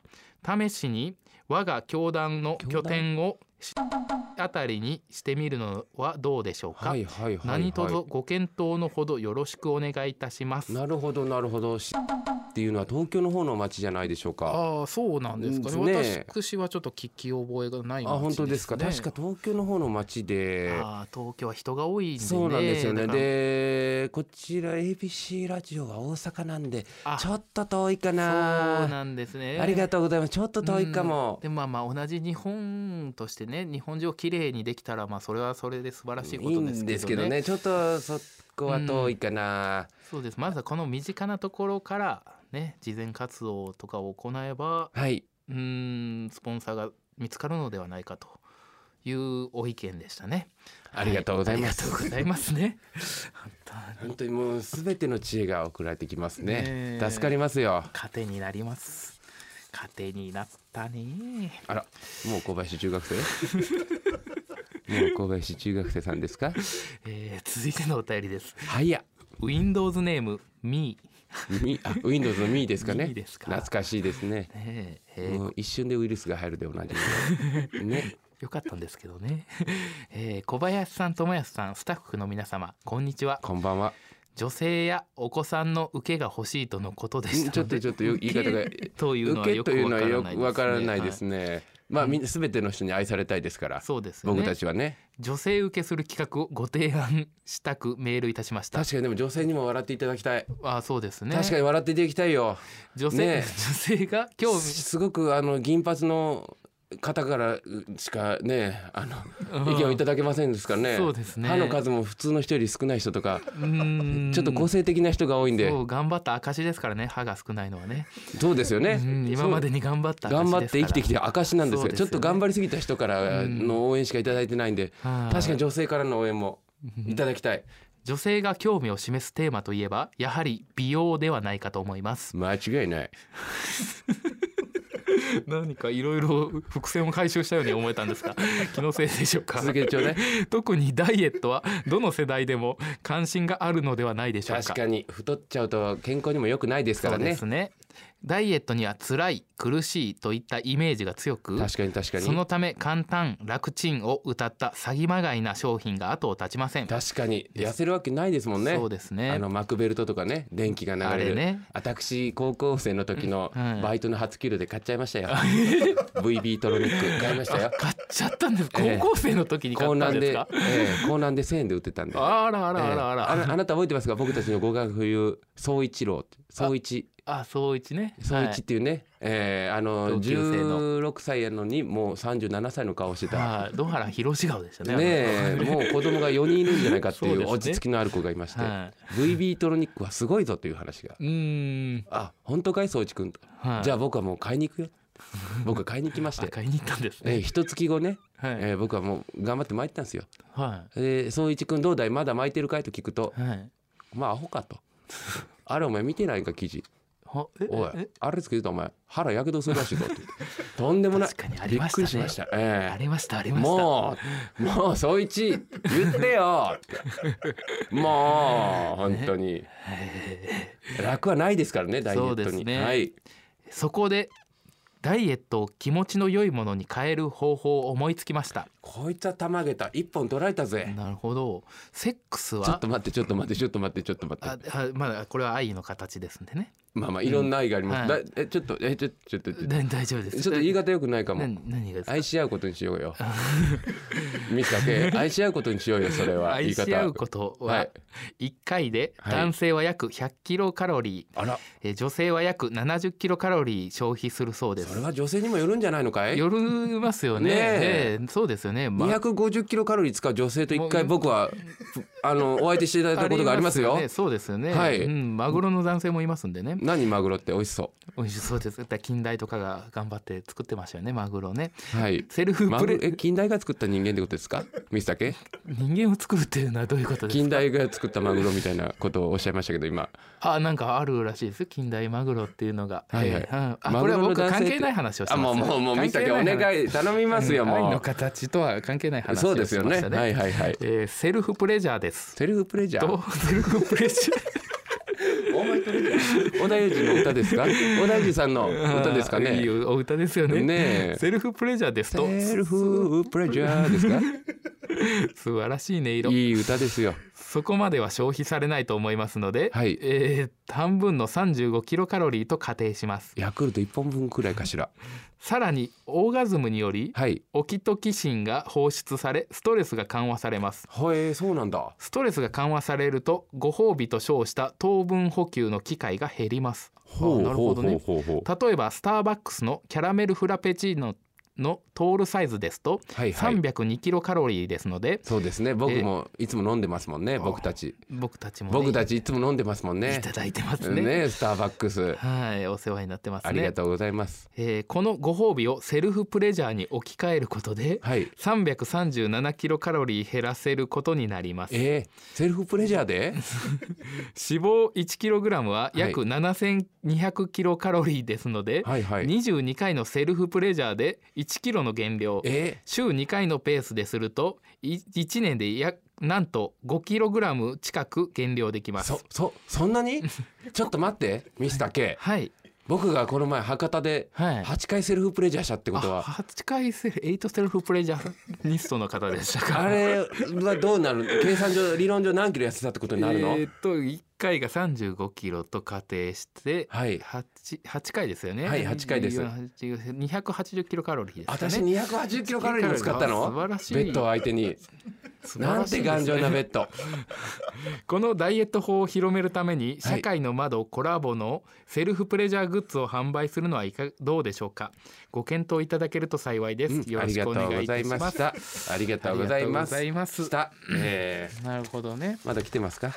Speaker 3: 試しに我が教団の拠点をしあたりにしてみるのはどうでしょうか、
Speaker 2: はいはいはい、はい、
Speaker 3: 何卒ご検討のほどよろしくお願いいたします
Speaker 2: なるほどなるほどしっていうのは東京の方の町じゃないでしょうか
Speaker 3: ああそうなんですかね
Speaker 2: うんね
Speaker 3: 私はちょっと聞き覚えがない
Speaker 2: あ本当ですか確か東京の方の町で
Speaker 3: ああ東京は人が多いんでね
Speaker 2: そうなんですよね
Speaker 3: だから
Speaker 2: でこちら ABC ラジオが大阪なんで
Speaker 3: あ
Speaker 2: ちょっと遠いか
Speaker 3: そう
Speaker 2: な
Speaker 3: なんですね
Speaker 2: ありがとうございますちょっと遠いか
Speaker 3: うん
Speaker 2: も
Speaker 3: でもまあまあ同じ日本としてね日本中をきれいにできたらまあそれはそれで素晴らし
Speaker 2: い
Speaker 3: いこと
Speaker 2: い
Speaker 3: ですけどね
Speaker 2: んですけどねちょっとそこは遠いかな
Speaker 3: そうですまずはこの身近なところからね慈善活動とかを行えば
Speaker 2: はい
Speaker 3: うんスポンサーが見つかるのではないかというお意見でしたね
Speaker 2: ありがとうございます
Speaker 3: はいありがとうございますね
Speaker 2: 本当にもうすべての知恵が送られてきますね
Speaker 3: ねえ
Speaker 2: 助かりますよ
Speaker 3: 糧になります糧になったね
Speaker 2: あらもう小林中学 生もう小林中学生さんですか
Speaker 3: えー続いてのお便りです
Speaker 2: 早っ
Speaker 3: Windows ネーム Me
Speaker 2: みあ Windows のミーですかね
Speaker 3: ミーですか
Speaker 2: 懐かしいですね
Speaker 3: ねええー
Speaker 2: もう一瞬でウイルスが入るでおなじ みね
Speaker 3: よかったんですけどね、 えー小林さん友安さんスタッフの皆様こんにちは
Speaker 2: こんばんは
Speaker 3: 女性やお子さんの受けが欲しいとのことでした
Speaker 2: ちょっとちょっと言い方が
Speaker 3: 受けという
Speaker 2: 受
Speaker 3: のは
Speaker 2: け
Speaker 3: よく
Speaker 2: というのはよくわ
Speaker 3: わ
Speaker 2: か
Speaker 3: からら
Speaker 2: な
Speaker 3: ないい
Speaker 2: で
Speaker 3: ですすね,はい、
Speaker 2: ねまあみんな全ての人に愛されたいですから
Speaker 3: そうですよね
Speaker 2: 僕たちはね
Speaker 3: 女性受けする企画をご提案したくメールいたしました
Speaker 2: 確かにでも女性にも笑っていただきたい
Speaker 3: あそうですね
Speaker 2: 確かに笑っていただきたいよ
Speaker 3: 女性、
Speaker 2: ねえ
Speaker 3: 女性が興味
Speaker 2: すごくあの銀髪の方からうしかねあの
Speaker 3: うん
Speaker 2: 意見をいただけませんですからね,、
Speaker 3: そうですね
Speaker 2: 歯の数も普通の人より少ない人とか
Speaker 3: うーん
Speaker 2: ちょっと個性的な人が多いんで
Speaker 3: そう頑張った証ですからね歯が少ないのはね
Speaker 2: そうですよね
Speaker 3: うん今までに頑張った
Speaker 2: 頑張
Speaker 3: 証
Speaker 2: っ
Speaker 3: です
Speaker 2: て
Speaker 3: から
Speaker 2: 生きてきて証なんです
Speaker 3: そう
Speaker 2: が
Speaker 3: です
Speaker 2: ちょ
Speaker 3: よ
Speaker 2: っ
Speaker 3: ね
Speaker 2: と頑張りすぎた人からの応援しかいただいてないんで
Speaker 3: はい
Speaker 2: 確かに女性からの応援もいただきたい
Speaker 3: 女性が興味を示すテーマといえばやはり美容ではないかと思います
Speaker 2: 間違いない
Speaker 3: 何かいろいろ伏線を回収したように思えたん ですが気のせいでしょうか
Speaker 2: 続けてちょう だい
Speaker 3: 特にダイエットはどの世代でも関心があるのではないでしょうか
Speaker 2: 確かに太っちゃうと健康にも良くないですか
Speaker 3: そ
Speaker 2: ら
Speaker 3: うで
Speaker 2: ね
Speaker 3: すねダイエットには辛い苦しいといったイメージが強く
Speaker 2: 確かに確か
Speaker 3: そ
Speaker 2: に
Speaker 3: のため簡単楽ちんを歌った詐欺まがいな商品が後を絶ちません、
Speaker 2: 確かに痩せるわけないですもんね
Speaker 3: そうですね
Speaker 2: あのマクベルトとかね電気が流
Speaker 3: あ
Speaker 2: れ
Speaker 3: れ
Speaker 2: る、
Speaker 3: ね
Speaker 2: 私高校生の時の
Speaker 3: うん
Speaker 2: バイトの初給料で買っちゃいましたよ VB トロニック買いま したよ
Speaker 3: 買っちゃったんです
Speaker 2: ええ
Speaker 3: 高校生の時に買
Speaker 2: 高
Speaker 3: った
Speaker 2: 南
Speaker 3: んです
Speaker 2: で、
Speaker 3: か、
Speaker 2: ええ、高南で1000円で売ってたんで
Speaker 3: あらあ
Speaker 2: ええ
Speaker 3: らあらあら、
Speaker 2: あ なあなた覚えてますか僕たちの語学冬総一郎って総一
Speaker 3: あ、そういちね。
Speaker 2: 総一っていうね、ええあの
Speaker 3: 同級生の
Speaker 2: 16歳やのにもう37歳の顔してた。
Speaker 3: はい。はい、野原広志顔でしたね。
Speaker 2: ねえもう子供が4人いるんじゃないかってい
Speaker 3: そうで
Speaker 2: う
Speaker 3: すね
Speaker 2: 落ち着きのある子がいまして、
Speaker 3: は
Speaker 2: VB トロニックはすごいぞという話が
Speaker 3: うーん。
Speaker 2: あ本当かいそういちくんと、
Speaker 3: はい。
Speaker 2: じゃ
Speaker 3: あ、
Speaker 2: あ僕はもう買いに行く よ僕は買いに行きまして
Speaker 3: 買いに行ったんです
Speaker 2: えー
Speaker 3: ね。
Speaker 2: 一月後ね、
Speaker 3: はい。
Speaker 2: えー僕はもう頑張って参ったんですよ
Speaker 3: は
Speaker 2: で宗一君どうだいまだ巻いてるかいと聞くと
Speaker 3: い。はい。
Speaker 2: まあアホかとあれお前見てないんか記事
Speaker 3: はえ
Speaker 2: おい
Speaker 3: え
Speaker 2: あれつけてたらお前腹やけどするらしいぞって とんでもない
Speaker 3: 確かにあ
Speaker 2: び
Speaker 3: り
Speaker 2: っ
Speaker 3: ま
Speaker 2: くりし
Speaker 3: したね
Speaker 2: ましたえ
Speaker 3: あ
Speaker 2: え
Speaker 3: りましたありました。
Speaker 2: もうもう宗一言ってよ もう本当に楽はないですからねダイエット
Speaker 3: そうで
Speaker 2: に、
Speaker 3: すね
Speaker 2: はい
Speaker 3: そこでダイエットを気持ちの良いものに変える方法を思いつきました。
Speaker 2: こいつは玉げた一本取られたぜ
Speaker 3: なるほど。セックスは
Speaker 2: ちょっと待ってちょっと待ってちょっと待ってちょっと待って
Speaker 3: ああまだこれは愛の形ですんでね。
Speaker 2: まあまあいろんな愛があります、
Speaker 3: うんはい
Speaker 2: だえちょっとえちょちょっとちょっと
Speaker 3: だ大丈夫です。
Speaker 2: ちょっと言い方良くないかも
Speaker 3: 何何がですか。
Speaker 2: 愛し合うことにしよ うよミスター K 愛し合うことにしようよそれは言
Speaker 3: 愛
Speaker 2: い方
Speaker 3: し合うこと
Speaker 2: は
Speaker 3: はい1回で
Speaker 2: はい
Speaker 3: 男性は約100キロカロリー、
Speaker 2: あら
Speaker 3: えー女性は約70キロカロリー消費するそうで
Speaker 2: そ
Speaker 3: す
Speaker 2: れ。は女性にもよるんじゃないのかい
Speaker 3: よりますよね。
Speaker 2: ねえ
Speaker 3: ええそうですよね。まあ
Speaker 2: 250キロカロリー使う女性と一回僕 はあのお相手していただいたことがありますよ
Speaker 3: ねそうですよね。
Speaker 2: はい
Speaker 3: うんマグロの男性もいますんでね。
Speaker 2: 何マグロって美味しそ
Speaker 3: 美味しそうですだから近代とかが頑張って作ってましたよねマグロね
Speaker 2: うはい
Speaker 3: セルフ
Speaker 2: マ
Speaker 3: プ
Speaker 2: グ
Speaker 3: レ
Speaker 2: ロえ近代が作った人間ってことですかミスタケ
Speaker 3: 人間を作るっていうのはどういうことです
Speaker 2: 近
Speaker 3: か
Speaker 2: 代が作ったマグロみたいなことをおっしゃいましたけど今
Speaker 3: あなんかあるらしいです近代マグロっていうのが、
Speaker 2: はいはい
Speaker 3: えーうんあ
Speaker 2: マグ
Speaker 3: これ
Speaker 2: ロ
Speaker 3: は
Speaker 2: の
Speaker 3: 僕
Speaker 2: 男性
Speaker 3: 関係ない話をして
Speaker 2: あも
Speaker 3: ま
Speaker 2: う
Speaker 3: す
Speaker 2: もうもうミ
Speaker 3: 関
Speaker 2: スタ
Speaker 3: 係
Speaker 2: ケ
Speaker 3: な
Speaker 2: お
Speaker 3: い話
Speaker 2: 願い頼みますよ
Speaker 3: うん愛
Speaker 2: も
Speaker 3: の形とは関係ないう話
Speaker 2: そうで
Speaker 3: を
Speaker 2: す
Speaker 3: し
Speaker 2: よ
Speaker 3: ま
Speaker 2: ね
Speaker 3: したね
Speaker 2: はいはいはい
Speaker 3: えーセルフプレジャーです
Speaker 2: セルフプレジャ
Speaker 3: ど
Speaker 2: ー
Speaker 3: うセルフプレジャー
Speaker 2: お前とレジャー小田裕二の歌ですか小田裕二さんの 歌ですか
Speaker 3: い
Speaker 2: ね
Speaker 3: いお歌ですよね
Speaker 2: ねえ
Speaker 3: セルフプレジャーですと
Speaker 2: セルフプレジャーですか
Speaker 3: 素晴らしい音色
Speaker 2: いい歌ですよ
Speaker 3: そこまでは消費されないと思いますので、
Speaker 2: はい
Speaker 3: えー半分の35キロカロリーと仮定します
Speaker 2: ヤクルト一本分くらいかしら
Speaker 3: さらにオーガズムにより
Speaker 2: はい
Speaker 3: オキトキシンが放出されストレスが緩和されます
Speaker 2: へえそうなんだ
Speaker 3: ストレスが緩和されるとご褒美と称した糖分補給の機会が減りますあなるほどね
Speaker 2: ほうほう
Speaker 3: 例えばスターバックスのキャラメルフラペチーノのトールサイズですと
Speaker 2: はいはい
Speaker 3: 302キロカロリーですので、
Speaker 2: そうですね僕もいつも飲んでますもんね僕たち
Speaker 3: 僕たちも、ね、
Speaker 2: 僕たちいつも飲んでますもん
Speaker 3: い
Speaker 2: ね
Speaker 3: ただいてますね
Speaker 2: ねスターバックス
Speaker 3: はいお世話になってますね
Speaker 2: ありがとうございます
Speaker 3: えーこのご褒美をセルフプレジャーに置き換えることで
Speaker 2: はい
Speaker 3: 337キロカロリー減らせることになります脂
Speaker 2: えー、セルフプレジャーで
Speaker 3: 肪1キログラムは約7200キロカロリーですので、
Speaker 2: はいはい
Speaker 3: 22回のセルフプレジャーで1キロの減量
Speaker 2: え
Speaker 3: 週2回のペースですると1年で約なんと5キログラム近く減量できま
Speaker 2: ー、
Speaker 3: す
Speaker 2: そそそんな にちょっと待ってミスター K
Speaker 3: はい
Speaker 2: 僕がこの前博多で
Speaker 3: はい
Speaker 2: 8回セルフプレジャーしたってこと
Speaker 3: あ
Speaker 2: は
Speaker 3: 8回セルエイトセルフプレジャーニストの方でしたか
Speaker 2: あれはどうなる計算上理論上何キロ痩せたってことになるの、
Speaker 3: えーっと1回が35キロと仮定して
Speaker 2: はい
Speaker 3: 八八回ですよね。
Speaker 2: はい八回です
Speaker 3: 二百八十キロカロリーですか
Speaker 2: 私
Speaker 3: ね。
Speaker 2: 280キロカロリーも使った
Speaker 3: 素晴
Speaker 2: の
Speaker 3: らしい。
Speaker 2: ベッドを相手に
Speaker 3: 素晴
Speaker 2: な
Speaker 3: ら
Speaker 2: ん
Speaker 3: しい
Speaker 2: て
Speaker 3: ですね
Speaker 2: 頑丈なベッド
Speaker 3: このダイエット法を広めるために
Speaker 2: はい
Speaker 3: 社会の窓コラボのセルフプレジャーグッズを販売するのはいかどうでしょうか。ご検討いただけると幸いで
Speaker 2: うん
Speaker 3: す。よ
Speaker 2: あ
Speaker 3: ろ
Speaker 2: り
Speaker 3: し
Speaker 2: が
Speaker 3: く
Speaker 2: と
Speaker 3: お願
Speaker 2: うご
Speaker 3: いい
Speaker 2: ざ
Speaker 3: た
Speaker 2: い
Speaker 3: し
Speaker 2: ま
Speaker 3: ま
Speaker 2: し
Speaker 3: す。
Speaker 2: たありがとうございます
Speaker 3: ありがとうございます
Speaker 2: したえー
Speaker 3: なるほどね。
Speaker 2: まだ来てますか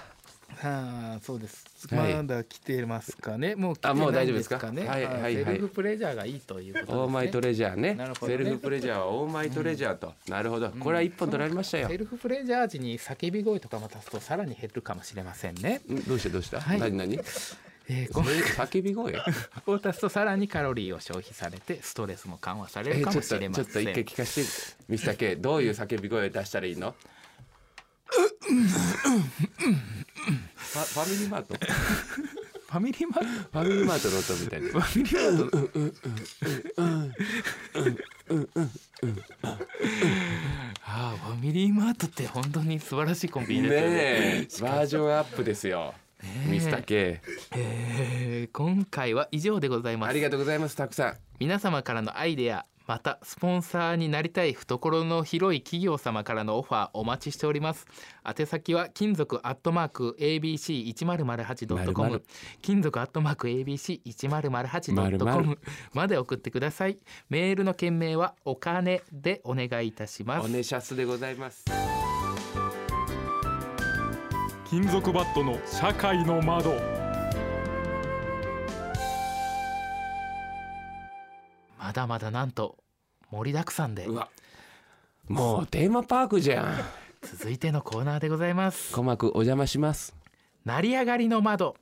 Speaker 3: はあ、そうです。
Speaker 2: はい
Speaker 3: まだ来てますかね。もう来て
Speaker 2: あもう
Speaker 3: ない
Speaker 2: 大丈
Speaker 3: ん
Speaker 2: 夫
Speaker 3: で
Speaker 2: ですすか
Speaker 3: かね。
Speaker 2: はいはいはい
Speaker 3: セルフプレジャーがいいということですね。
Speaker 2: オーマイトレジャーね
Speaker 3: なるほど
Speaker 2: セ
Speaker 3: ね
Speaker 2: ルフプレジャーはオーマイトレジャーと、なるほどこれは一本取られましたよ、
Speaker 3: セルフプレジャー時に叫び声とかも足すとさらに減るかもしれませんね。
Speaker 2: んどうしたどうした、
Speaker 3: はい
Speaker 2: 何何
Speaker 3: え
Speaker 2: そ
Speaker 3: ー、こ
Speaker 2: れ叫び声
Speaker 3: こを足すとさらにカロリーを消費されてストレスも緩和され
Speaker 2: え
Speaker 3: るか
Speaker 2: ちょ
Speaker 3: も
Speaker 2: っ
Speaker 3: し
Speaker 2: と
Speaker 3: れま
Speaker 2: ち
Speaker 3: せ
Speaker 2: ょっと
Speaker 3: ん。
Speaker 2: 一回聞かせてミスター K どういう叫び声出したらいいのファファミリーマートフ
Speaker 3: ファミリーマー
Speaker 2: ァミリーマートの音みたいな
Speaker 3: ト、ファミリーマート。ああ、ファミリーマートって本当に素晴らしいコンビニ
Speaker 2: ね
Speaker 3: ですよね。
Speaker 2: えバージョンアップですよ、ミスター K
Speaker 3: えー今回は以上でございま
Speaker 2: あ
Speaker 3: す
Speaker 2: り。がとうございますたくさん
Speaker 3: 皆様からのアイデアまたスポンサーになりたい懐の広い企業様からのオファーお待ちしております宛先は金属アットマーク abc1008.com 金属アットマーク abc1008.com まで送ってくださいメールの件名はお金でお願いいたしま
Speaker 2: お
Speaker 3: す
Speaker 2: ねしゃすでございます
Speaker 4: 金属バットの社会の窓
Speaker 3: まだまだなんと盛りだくさんで
Speaker 2: うわもうテーマパークじゃん
Speaker 3: 続いてのコーナーでございます
Speaker 2: 鼓膜お邪魔します
Speaker 3: 成り上がりの窓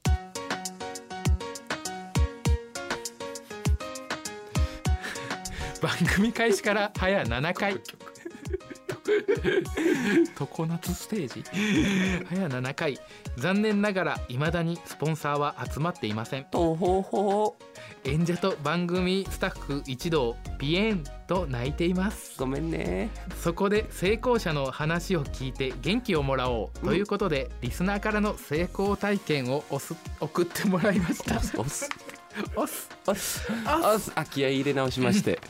Speaker 3: 番組開始から早7回常夏ステージ早7回残念ながら未だにスポンサーは集まっていません
Speaker 2: とほほ
Speaker 3: 演者と番組スタッフ一同ピエンと泣いています
Speaker 2: ごめんね
Speaker 3: そこで成功者の話を聞いて元気をもらおうということで、リスナーからの成功体験をおす送ってもらいました。
Speaker 2: おす
Speaker 3: おす
Speaker 2: おすおすあ気合い入れ直しまして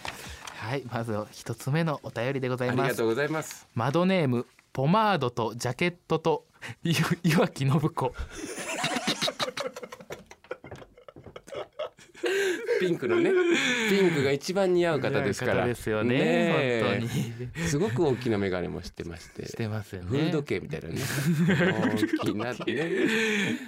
Speaker 3: はい、まず一つ目のお便りでござ
Speaker 2: あ
Speaker 3: い
Speaker 2: り
Speaker 3: ま
Speaker 2: が
Speaker 3: す
Speaker 2: と。うございます
Speaker 3: マドネームポマードとジャケットといわき信子。
Speaker 2: ピンクのねピンクが一番似合う方ですから
Speaker 3: 方ですよね
Speaker 2: ねえ
Speaker 3: 本当に
Speaker 2: すごく大きな眼鏡もしてまして
Speaker 3: してますよね
Speaker 2: フード系みたいなね大きなってね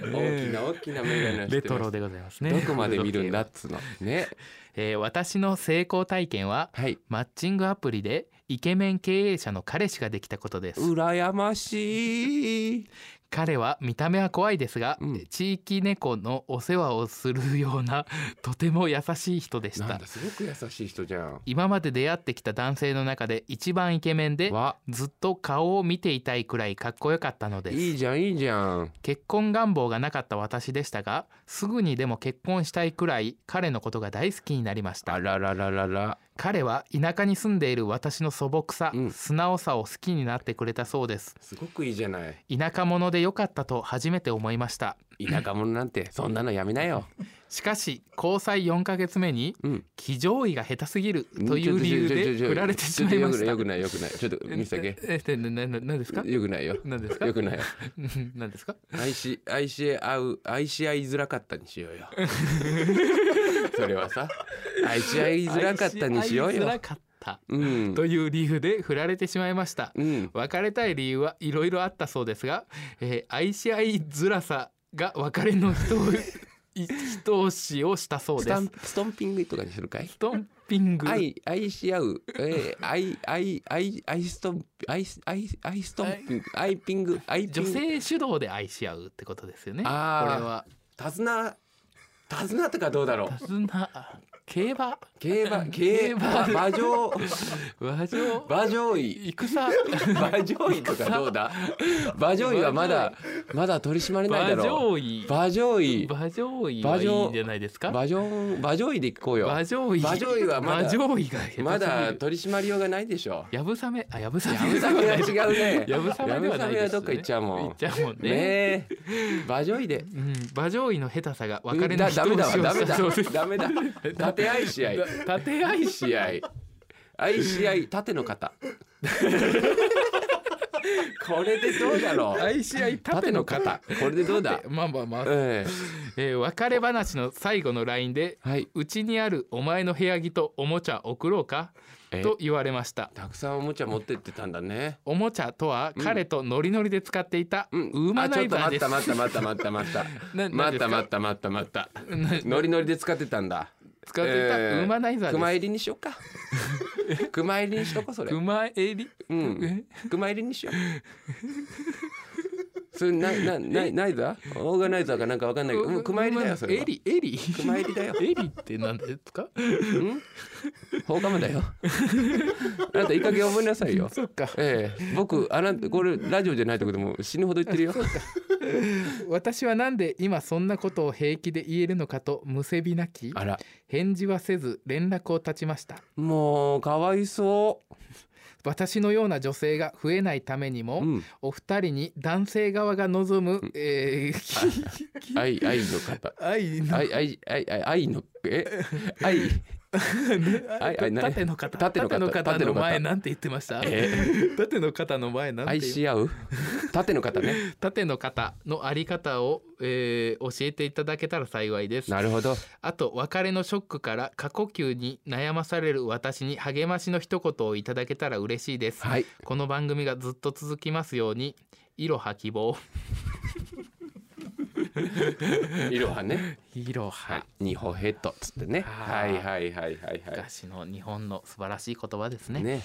Speaker 2: 大きな大きな眼鏡をしてます
Speaker 3: レトロでございますね
Speaker 2: どこまで見るんだ
Speaker 3: フー
Speaker 2: っつうのね
Speaker 3: ド系はえー私の成功体験は
Speaker 2: はい
Speaker 3: マッチングアプリでイケメン経営者の彼氏ができたことです
Speaker 2: 羨ましい
Speaker 3: 彼は見た目は怖いですが、
Speaker 2: うん
Speaker 3: 地域猫のお世話をするような とても優しい人でし
Speaker 2: なん
Speaker 3: た
Speaker 2: だすごく優しい人じゃん
Speaker 3: 今まで出会ってきた男性の中で一番イケメンで
Speaker 2: わ
Speaker 3: ずっと顔を見ていたいくらいかっこよかったのです
Speaker 2: いいじゃんいいじゃん
Speaker 3: 結婚願望がなかった私でしたがすぐにでも結婚したいくらい彼のことが大好きになりました
Speaker 2: あららららら
Speaker 3: 彼は田舎に住んでいる私の素朴さ、
Speaker 2: うん
Speaker 3: 素直さを好きになってくれたそうです
Speaker 2: すごくいいじゃない
Speaker 3: 田舎者で良かったと初めて思いました
Speaker 2: 田舎者なんてそんなのやめなよ
Speaker 3: しかし交際4ヶ月目に
Speaker 2: うん
Speaker 3: 騎乗位が下手すぎるという理由で振られてしまいました
Speaker 2: よくないよくないよくないちょっと見せて
Speaker 3: えええななななんです
Speaker 2: あ
Speaker 3: か
Speaker 2: げよくないよ
Speaker 3: なんですか
Speaker 2: よくないよ
Speaker 3: うんなんですか
Speaker 2: 愛し愛し合う愛し合いづらかったにしよ うよそれはさ愛し合いづらかったにしよう
Speaker 3: 愛し合いづら
Speaker 2: よ
Speaker 3: かった
Speaker 2: うん
Speaker 3: という理由で振られてしまいました
Speaker 2: うん
Speaker 3: 別れたい理由はいろいろあったそうですが、えー愛し合いづらさが別れの人をい一押しをしたそう
Speaker 2: ス
Speaker 3: で
Speaker 2: タ
Speaker 3: す
Speaker 2: ンストンピングとかにするかい
Speaker 3: ストンピング
Speaker 2: 愛愛し合う、えー、愛愛愛愛ストン愛愛愛ストンピング愛ピング愛ピン
Speaker 3: 女
Speaker 2: グ
Speaker 3: 性主導で愛し合うってことですよねこれ
Speaker 2: あー
Speaker 3: は
Speaker 2: 手綱手綱とかどうだろう
Speaker 3: 手綱競馬
Speaker 2: 競馬競馬馬上
Speaker 3: 馬上
Speaker 2: 馬上位
Speaker 3: 戦
Speaker 2: 馬上位とかどうだ馬上位はまだまだ取り締まれないだ
Speaker 3: 馬
Speaker 2: ろ
Speaker 3: 上位
Speaker 2: う馬上位
Speaker 3: 馬上位はいいんじゃないですか
Speaker 2: 馬上馬上位で行こうよ
Speaker 3: 馬上位
Speaker 2: 馬上位はまだ
Speaker 3: 馬上位が下手すぎる
Speaker 2: まだ取り締まりようがないでしょ
Speaker 3: やぶさめあやぶさめ
Speaker 2: やぶさめは違うね
Speaker 3: やぶさめで
Speaker 2: やぶ
Speaker 3: はないですよね
Speaker 2: さめはどっか行っちゃうもん
Speaker 3: 行っちゃうもん
Speaker 2: ね
Speaker 3: ね
Speaker 2: え馬上位で
Speaker 3: うん、馬上位の下手さが別れの
Speaker 2: だ
Speaker 3: 人
Speaker 2: ダ
Speaker 3: を
Speaker 2: メだわ
Speaker 3: 使用
Speaker 2: ダ
Speaker 3: し
Speaker 2: メ
Speaker 3: た
Speaker 2: だ
Speaker 3: そうです
Speaker 2: ダメだ縦愛試合
Speaker 3: 縦合い
Speaker 2: 愛試合愛試合縦の方これでどうだろう
Speaker 3: 愛し合い縦の方
Speaker 2: これでどうだ
Speaker 3: まあまあまあ、
Speaker 2: え
Speaker 3: えー別れ話の最後の LINE で
Speaker 2: えはい
Speaker 3: 「うちにあるお前の部屋着とおもちゃ送ろうか?」
Speaker 2: え
Speaker 3: と言われました
Speaker 2: たくさんおもちゃ持ってってたんだね
Speaker 3: おもちゃとは彼とノリノリで使っていたウーマ
Speaker 2: あ
Speaker 3: ナ
Speaker 2: ちょ
Speaker 3: イ
Speaker 2: っと
Speaker 3: ザー
Speaker 2: 待
Speaker 3: で
Speaker 2: っ
Speaker 3: す
Speaker 2: た待った待った待った待った待
Speaker 3: な 何
Speaker 2: っ
Speaker 3: です
Speaker 2: た待った待った待っ
Speaker 3: か
Speaker 2: た
Speaker 3: な
Speaker 2: ノリノリで使ってたんだ
Speaker 3: 使っていたウーマナイザー
Speaker 2: 熊
Speaker 3: で
Speaker 2: 入りにしよう か熊入りにしとこそ
Speaker 3: す
Speaker 2: れ
Speaker 3: 熊襟
Speaker 2: うん熊入りにしようそれなななないだオーガナイザーかなんかわかんないけどうん熊入りだよそれは
Speaker 3: 襟襟
Speaker 2: 熊入りだよ
Speaker 3: 襟って何ですか
Speaker 2: うん放課まだ よあなたいい加減覚えなさいよ
Speaker 3: そっか
Speaker 2: ええ僕あなたこれラジオじゃないとこでも死ぬほど言ってる よ
Speaker 3: 私はなんで今そんなことを平気で言えるのかとむせび泣き
Speaker 2: あら
Speaker 3: 返事はせず連絡を絶ちました
Speaker 2: もうかわいそ
Speaker 3: 私のような女性が増えないためにも、
Speaker 2: う、うん、
Speaker 3: お二人に男性側が望む、えー、
Speaker 2: 愛愛の 方
Speaker 3: 愛の
Speaker 2: 愛愛愛愛愛の え愛愛愛何
Speaker 3: 縦の方
Speaker 2: 縦の方
Speaker 3: 縦
Speaker 2: 縦
Speaker 3: の
Speaker 2: の方
Speaker 3: 前なんて言ってました
Speaker 2: え
Speaker 3: 縦の方の前なんて
Speaker 2: 愛
Speaker 3: 言う
Speaker 2: し合 う縦の方ね
Speaker 3: 縦の方のあり方を、えー教えていただけたら幸いです
Speaker 2: なるほど
Speaker 3: あと別れのショックから過呼吸に悩まされる私に励ましの一言をいただけたら嬉しいです、
Speaker 2: はい
Speaker 3: この番組がずっと続きますようにいろは希望
Speaker 2: いろはね
Speaker 3: いろ
Speaker 2: はい二歩ヘッドつってね
Speaker 3: は
Speaker 2: はいいはいはいはいは
Speaker 3: 昔の日本の素晴らしい言葉です
Speaker 2: い
Speaker 3: ね
Speaker 2: ね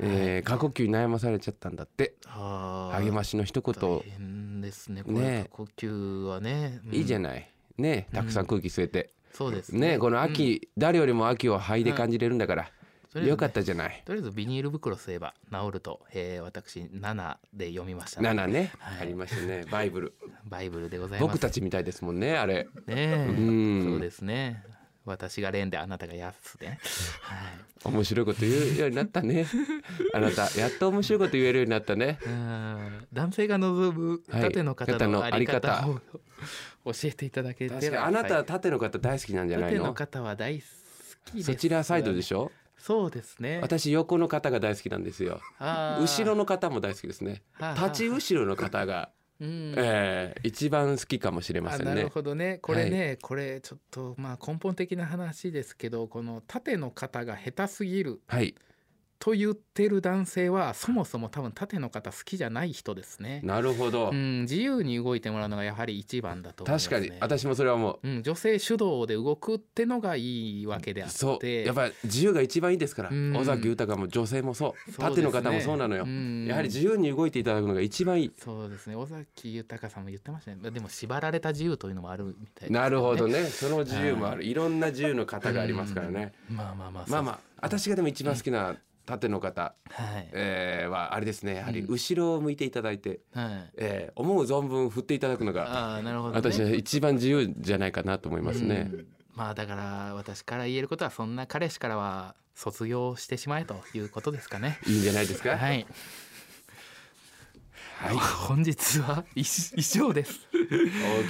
Speaker 2: えー、過呼吸に悩まされちゃったんだって
Speaker 3: あー
Speaker 2: 励ましの一言
Speaker 3: 大
Speaker 2: を
Speaker 3: 変ですねこれ
Speaker 2: ね
Speaker 3: 過呼吸はね
Speaker 2: いいじゃ
Speaker 3: ん
Speaker 2: ないねえたくさん空気吸えて、
Speaker 3: そうです
Speaker 2: ねえこの秋、誰よりも秋を肺で感じれるんだから、
Speaker 3: とりあえずね
Speaker 2: よかったじゃない
Speaker 3: とりあえずビニール袋吸えば治ると、えー、私7で読みました、
Speaker 2: 7ね、
Speaker 3: はい
Speaker 2: ありましたねバイブル
Speaker 3: バイブルでございます
Speaker 2: 僕たちみたいですもんねあれ
Speaker 3: ねえ
Speaker 2: うん
Speaker 3: そうですね私がレンであなたがヤスでね、はい
Speaker 2: 面白いこと言うようになった ねあなたやっと面白いこと言えるようになったね
Speaker 3: うん男性が望む
Speaker 2: はい
Speaker 3: 縦の方
Speaker 2: 縦
Speaker 3: の
Speaker 2: の
Speaker 3: あり方
Speaker 2: あり
Speaker 3: を教えていただけ
Speaker 2: 確か
Speaker 3: た
Speaker 2: に
Speaker 3: ら
Speaker 2: あなた
Speaker 3: は
Speaker 2: はい縦の方大好きなんじゃない
Speaker 3: 縦
Speaker 2: の
Speaker 3: の方は大好きです
Speaker 2: そちらサイドで
Speaker 3: ょ
Speaker 2: しょ
Speaker 3: そうですね
Speaker 2: 私横の方が大好きなんですよ
Speaker 3: あー
Speaker 2: 後ろの方も大好きですね
Speaker 3: はあはあ
Speaker 2: 立ち後ろの方が
Speaker 3: うん
Speaker 2: えー一番好きかもしれま
Speaker 3: あ
Speaker 2: せん
Speaker 3: なる
Speaker 2: ね。
Speaker 3: ほどねこれね、これちょっとまあ根本的な話ですけどこの縦の肩が下手すぎる
Speaker 2: はい、
Speaker 3: と言ってる男性はそもそも多分縦の肩好きじゃない人ですね。
Speaker 2: なるほど
Speaker 3: う。ん、自由に動いてもらうのがやはり一番だと思います、
Speaker 2: 確
Speaker 3: ね、
Speaker 2: かに、私もそれはも
Speaker 3: うん、女性主導で動くってのがいいわけであ
Speaker 2: う。
Speaker 3: って
Speaker 2: そう、やっぱり自由が一番いいですから。
Speaker 3: うん
Speaker 2: 尾崎豊も女性もそう、
Speaker 3: そうです
Speaker 2: 縦
Speaker 3: ね
Speaker 2: の方もそうなのよ
Speaker 3: う。ん
Speaker 2: やはり自由に動いていただくのが一番いい。
Speaker 3: そうですね尾崎豊さんも言ってましたねでも縛られた自由というのもあるみたいですね
Speaker 2: なるほどね、その自由もある、いろんな自由の方がありますからね。
Speaker 3: まあまあまあ
Speaker 2: まあまあ、私がでも一番好きな縦の方、
Speaker 3: あはい、
Speaker 2: えーはあれですね。やはり
Speaker 3: うん
Speaker 2: 後ろを向いていただいて、
Speaker 3: はい、
Speaker 2: えー思う存分振っていただくのが。
Speaker 3: ああなるほど、ね、
Speaker 2: 私は一番自由じゃないかなと思いますね。
Speaker 3: うんまあだから私から言えることはそんな彼氏からは卒業してしまえということですかね。
Speaker 2: いいんじゃないですか。はい。
Speaker 3: はい。本日は以以上です。
Speaker 2: お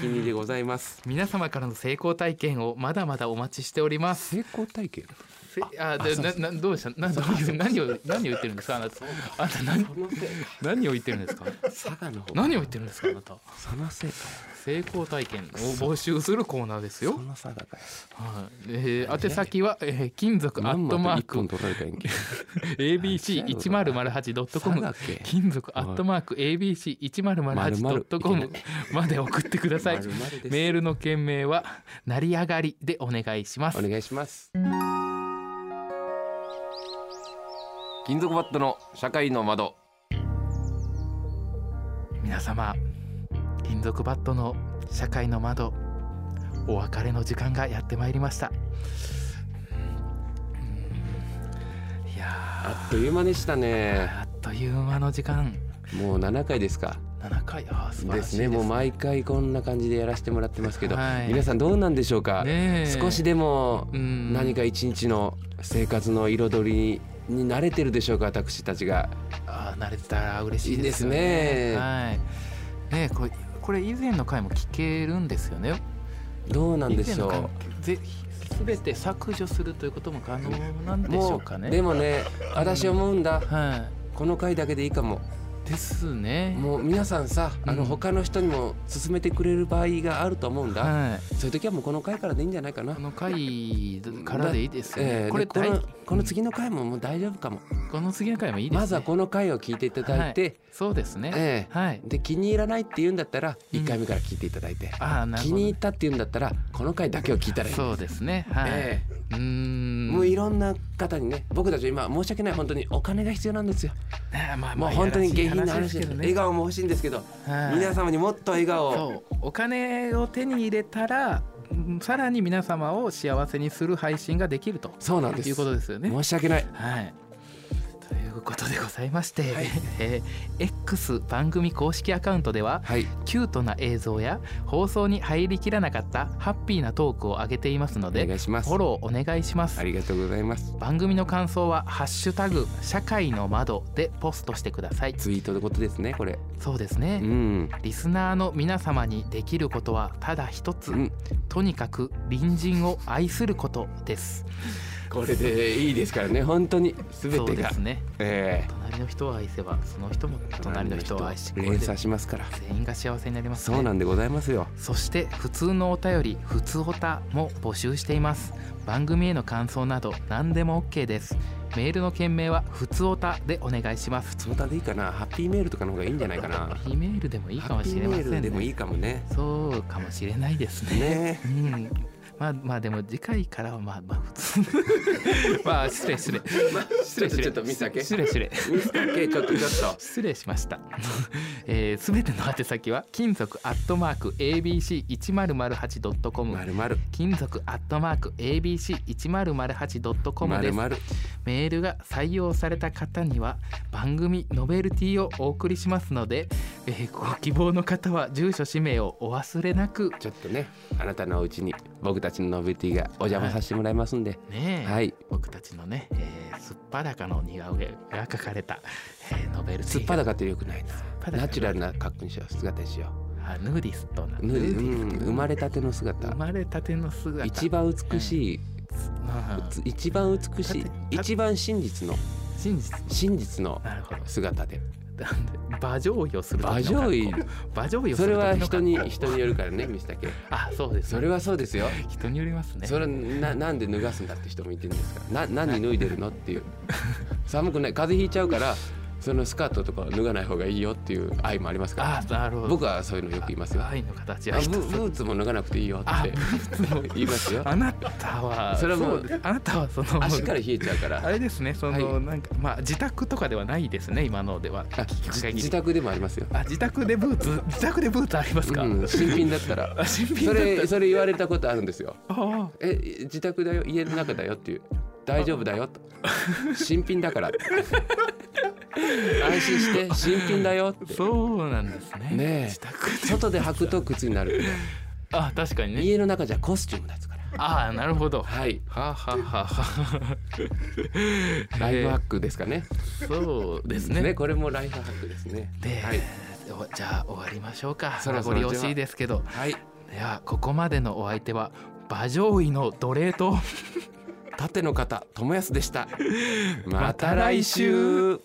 Speaker 2: 気に入りでございます。
Speaker 3: 皆様からの成功体験をまだまだお待ちしております。
Speaker 2: 成功体験。
Speaker 3: せあ、でななどうした？などういう何を何を言ってるんですか？あなた、あなた何
Speaker 2: このせい。
Speaker 3: 何を言ってるんですか？
Speaker 2: 佐賀の方。
Speaker 3: 何を言ってるんですか？あなた。
Speaker 2: そのせいか。
Speaker 3: 成功体験を募集するコーナーですよ
Speaker 2: そ。の佐賀かよ。
Speaker 3: はい。えー、宛先は、えー、金属アットマーク
Speaker 2: まんまと一本取られたんけ佐
Speaker 3: abc1008.com
Speaker 2: 賀け。
Speaker 3: 金属アットマーク abc1008.com まで送ってください
Speaker 2: 丸々です
Speaker 3: メールの件名は「成り上がり」でお願いします
Speaker 2: お願いします。金属バットの社会の窓。
Speaker 3: 皆様金属バットの社会の窓お別れの時間がやってまいりましたうんいや
Speaker 2: あっという間でしたね。
Speaker 3: ーあっという間の時間
Speaker 2: もう7回ですか。
Speaker 3: 7回あー素晴らしい
Speaker 2: ですね。もう毎回こんな感じでやらせてもらってますけど、
Speaker 3: はい
Speaker 2: 皆さんどうなんでしょうか。
Speaker 3: ねえ
Speaker 2: 少しでも
Speaker 3: うん
Speaker 2: 何か一日の生活の彩りに慣れてるでしょうか。私たちが。
Speaker 3: あー慣れてたら嬉しいですよ
Speaker 2: いいですね
Speaker 3: はい。ねえこれこれ以前の回も聞けるんですよね。
Speaker 2: どうなんでし
Speaker 3: 以前の
Speaker 2: ょ
Speaker 3: 回も
Speaker 2: う。
Speaker 3: ぜすべて削除するということも可能なんでしょ
Speaker 2: も
Speaker 3: うか
Speaker 2: う
Speaker 3: ね。
Speaker 2: でもね私思うんだ
Speaker 3: は
Speaker 2: この回だけでいいかも
Speaker 3: い。ですね。
Speaker 2: もう皆さんさあ
Speaker 3: う
Speaker 2: の
Speaker 3: ん
Speaker 2: 他の人にも勧めてくれる場合があると思うんだ、
Speaker 3: はい。
Speaker 2: そういう時はもうこの回からでいいんじゃないかな
Speaker 3: この回からでいいですよね。
Speaker 2: ええ
Speaker 3: これ
Speaker 2: でこ
Speaker 3: 大
Speaker 2: のこの次の回ももう大丈夫かも
Speaker 3: この次の回もいいです、ね。
Speaker 2: まずはこの回を聞いていただいて、
Speaker 3: そうですね。
Speaker 2: ええ
Speaker 3: はい。
Speaker 2: で気に入らないって言うんだったら
Speaker 3: うん
Speaker 2: 1回目から聞いていただいて、
Speaker 3: ああなる
Speaker 2: 気
Speaker 3: ほ
Speaker 2: に入
Speaker 3: ど。
Speaker 2: ったって言うんだったらこの回だけを聞いたらいい、
Speaker 3: そうですね。はい。
Speaker 2: ええ
Speaker 3: うーん。
Speaker 2: もういろんな方にね僕たち今申し訳ない本当にお金が必要なんですよ
Speaker 3: ねまあ
Speaker 2: も
Speaker 3: ま
Speaker 2: う
Speaker 3: あ
Speaker 2: 本当に下品な話で
Speaker 3: いやらしい
Speaker 2: す
Speaker 3: ね
Speaker 2: 笑顔も欲しいんですけど、
Speaker 3: はい
Speaker 2: 皆様にもっと笑顔を
Speaker 3: そうお金を手に入れたらうんさらに皆様を幸せにする配信ができると
Speaker 2: そうなんです
Speaker 3: いうことですよね。
Speaker 2: 申し訳ない
Speaker 3: はいということでございまして、えー X 番組公式アカウントでは
Speaker 2: はい
Speaker 3: キュートな映像や放送に入りきらなかったハッピーなトークを上げていますの
Speaker 2: お
Speaker 3: で
Speaker 2: 願いします
Speaker 3: フォローお願いします
Speaker 2: あ。りがとうございます
Speaker 3: 番組の感想は「ハッシュタグ社会の窓」でポストしてください。
Speaker 2: ツイートのことですねこれ
Speaker 3: そうですね、
Speaker 2: うん
Speaker 3: リスナーの皆様にできることはただ一つ、
Speaker 2: うん
Speaker 3: とにかく隣人を愛することです
Speaker 2: これでいいですからね本当に
Speaker 3: そ
Speaker 2: 全
Speaker 3: う
Speaker 2: て
Speaker 3: で
Speaker 2: が、
Speaker 3: すね
Speaker 2: え
Speaker 3: 隣の人を愛せばその人も
Speaker 2: え
Speaker 3: 隣の人を愛しこれ
Speaker 2: 連
Speaker 3: で
Speaker 2: 鎖しますから
Speaker 3: 全員が幸せになります、ね、
Speaker 2: そうなんでございますよ
Speaker 3: そして普通のお便り普通おたも募集しています番組への感想など何でも OK ですメールの件名は普通おたでお願いします
Speaker 2: その他でいいかなハッピーメールとかの方がいいんじゃないかな
Speaker 3: E メールでもいいかもしれません
Speaker 2: ハッピーメール
Speaker 3: ね
Speaker 2: でもいいかもね
Speaker 3: そうかもしれないですね
Speaker 2: ね
Speaker 3: うん、まあまあでも次回からはまあまあ普通 まあ失礼失礼失礼失礼
Speaker 2: ちょっとミスだけ
Speaker 3: 失礼失礼
Speaker 2: ミスだけちょっとちょっと
Speaker 3: 失礼しました、 えー、全ての宛先は金属アットマーク ABC1008.com
Speaker 2: まるまる
Speaker 3: 金属アットマーク ABC1008.com
Speaker 2: ま
Speaker 3: で
Speaker 2: る
Speaker 3: す
Speaker 2: まる
Speaker 3: メールが採用された方には番組ノベルティをお送りしますので、えー、ご希望の方は住所氏名をお忘れなく
Speaker 2: ちょっとねあなたのお家に僕たちのノベルティがお邪魔させてもらいますんで、
Speaker 3: ねえ、
Speaker 2: はい
Speaker 3: 僕たちのね、えー、すっぱだかの似顔絵が描かれた、えー、ノベルティ
Speaker 2: すっぱだ
Speaker 3: だ
Speaker 2: かってよくない
Speaker 3: ぱ
Speaker 2: な
Speaker 3: だか
Speaker 2: ナチュラルな格好にしよう姿にしよ
Speaker 3: ヌーディストな
Speaker 2: うぬうん生ま
Speaker 3: れ
Speaker 2: れたての姿
Speaker 3: 生まれたての姿
Speaker 2: 一番美しい、
Speaker 3: うん
Speaker 2: つ一番美しい
Speaker 3: だって
Speaker 2: 一番真実の
Speaker 3: 真実
Speaker 2: 真実の
Speaker 3: なるほど
Speaker 2: 姿で
Speaker 3: 馬上位をする時の
Speaker 2: 馬上位
Speaker 3: 格好馬上位をす
Speaker 2: それ
Speaker 3: る時の
Speaker 2: は
Speaker 3: 格好
Speaker 2: 人に人によるからねミスタケ
Speaker 3: あそうです
Speaker 2: それはそうですよ
Speaker 3: 人によりますね
Speaker 2: それななんで脱がすんだって人もいてるんですからな何脱いでるのっていう寒くない風邪ひいちゃうからそのスカートとかは脱がない方がいいよっていう愛もありますから
Speaker 3: あなるほど
Speaker 2: 僕はそういうのよく言いますよあ
Speaker 3: 愛の形
Speaker 2: ブブ
Speaker 3: は人それぞれ
Speaker 2: ーツも脱がなくていいよ
Speaker 3: あ
Speaker 2: って言いますよ
Speaker 3: あなたは
Speaker 2: それはもう
Speaker 3: そうあなたはその
Speaker 2: 足から冷えちゃうか
Speaker 3: あ
Speaker 2: ら
Speaker 3: れですねその、
Speaker 2: はい
Speaker 3: なんかまあ自宅とかではないですね今のでは
Speaker 2: あ
Speaker 3: 聞く限り
Speaker 2: 自宅でもありますよ、
Speaker 3: あ自宅でブーツ自宅でブーツありますか、
Speaker 2: うん、新品だった ら
Speaker 3: あ新品
Speaker 2: そ
Speaker 3: だった
Speaker 2: れそれ言われたことあるんですよ
Speaker 3: あ
Speaker 2: え自宅だよ家の中だよっていう大丈夫だよと新品だ からって安心して新品だよっ
Speaker 3: あ
Speaker 2: て
Speaker 3: そうなんですね
Speaker 2: ねえ
Speaker 3: 自宅で
Speaker 2: 外で履くと靴になる
Speaker 3: あ確かにね
Speaker 2: 家の中じゃコスチュームですから
Speaker 3: ああなるほどは
Speaker 2: はい
Speaker 3: あ、はあはあはあ、
Speaker 2: ライフハッ
Speaker 3: ク
Speaker 2: クですかね
Speaker 3: そうですね
Speaker 2: これもライフハックですね
Speaker 3: で、
Speaker 2: はい
Speaker 3: おじゃあ終わりましょうか
Speaker 2: そろそろ
Speaker 3: 名残惜しいですけど
Speaker 2: はい
Speaker 3: ではここまでのお相手は馬上位の奴隷と
Speaker 2: 盾の方友康でした
Speaker 3: また来週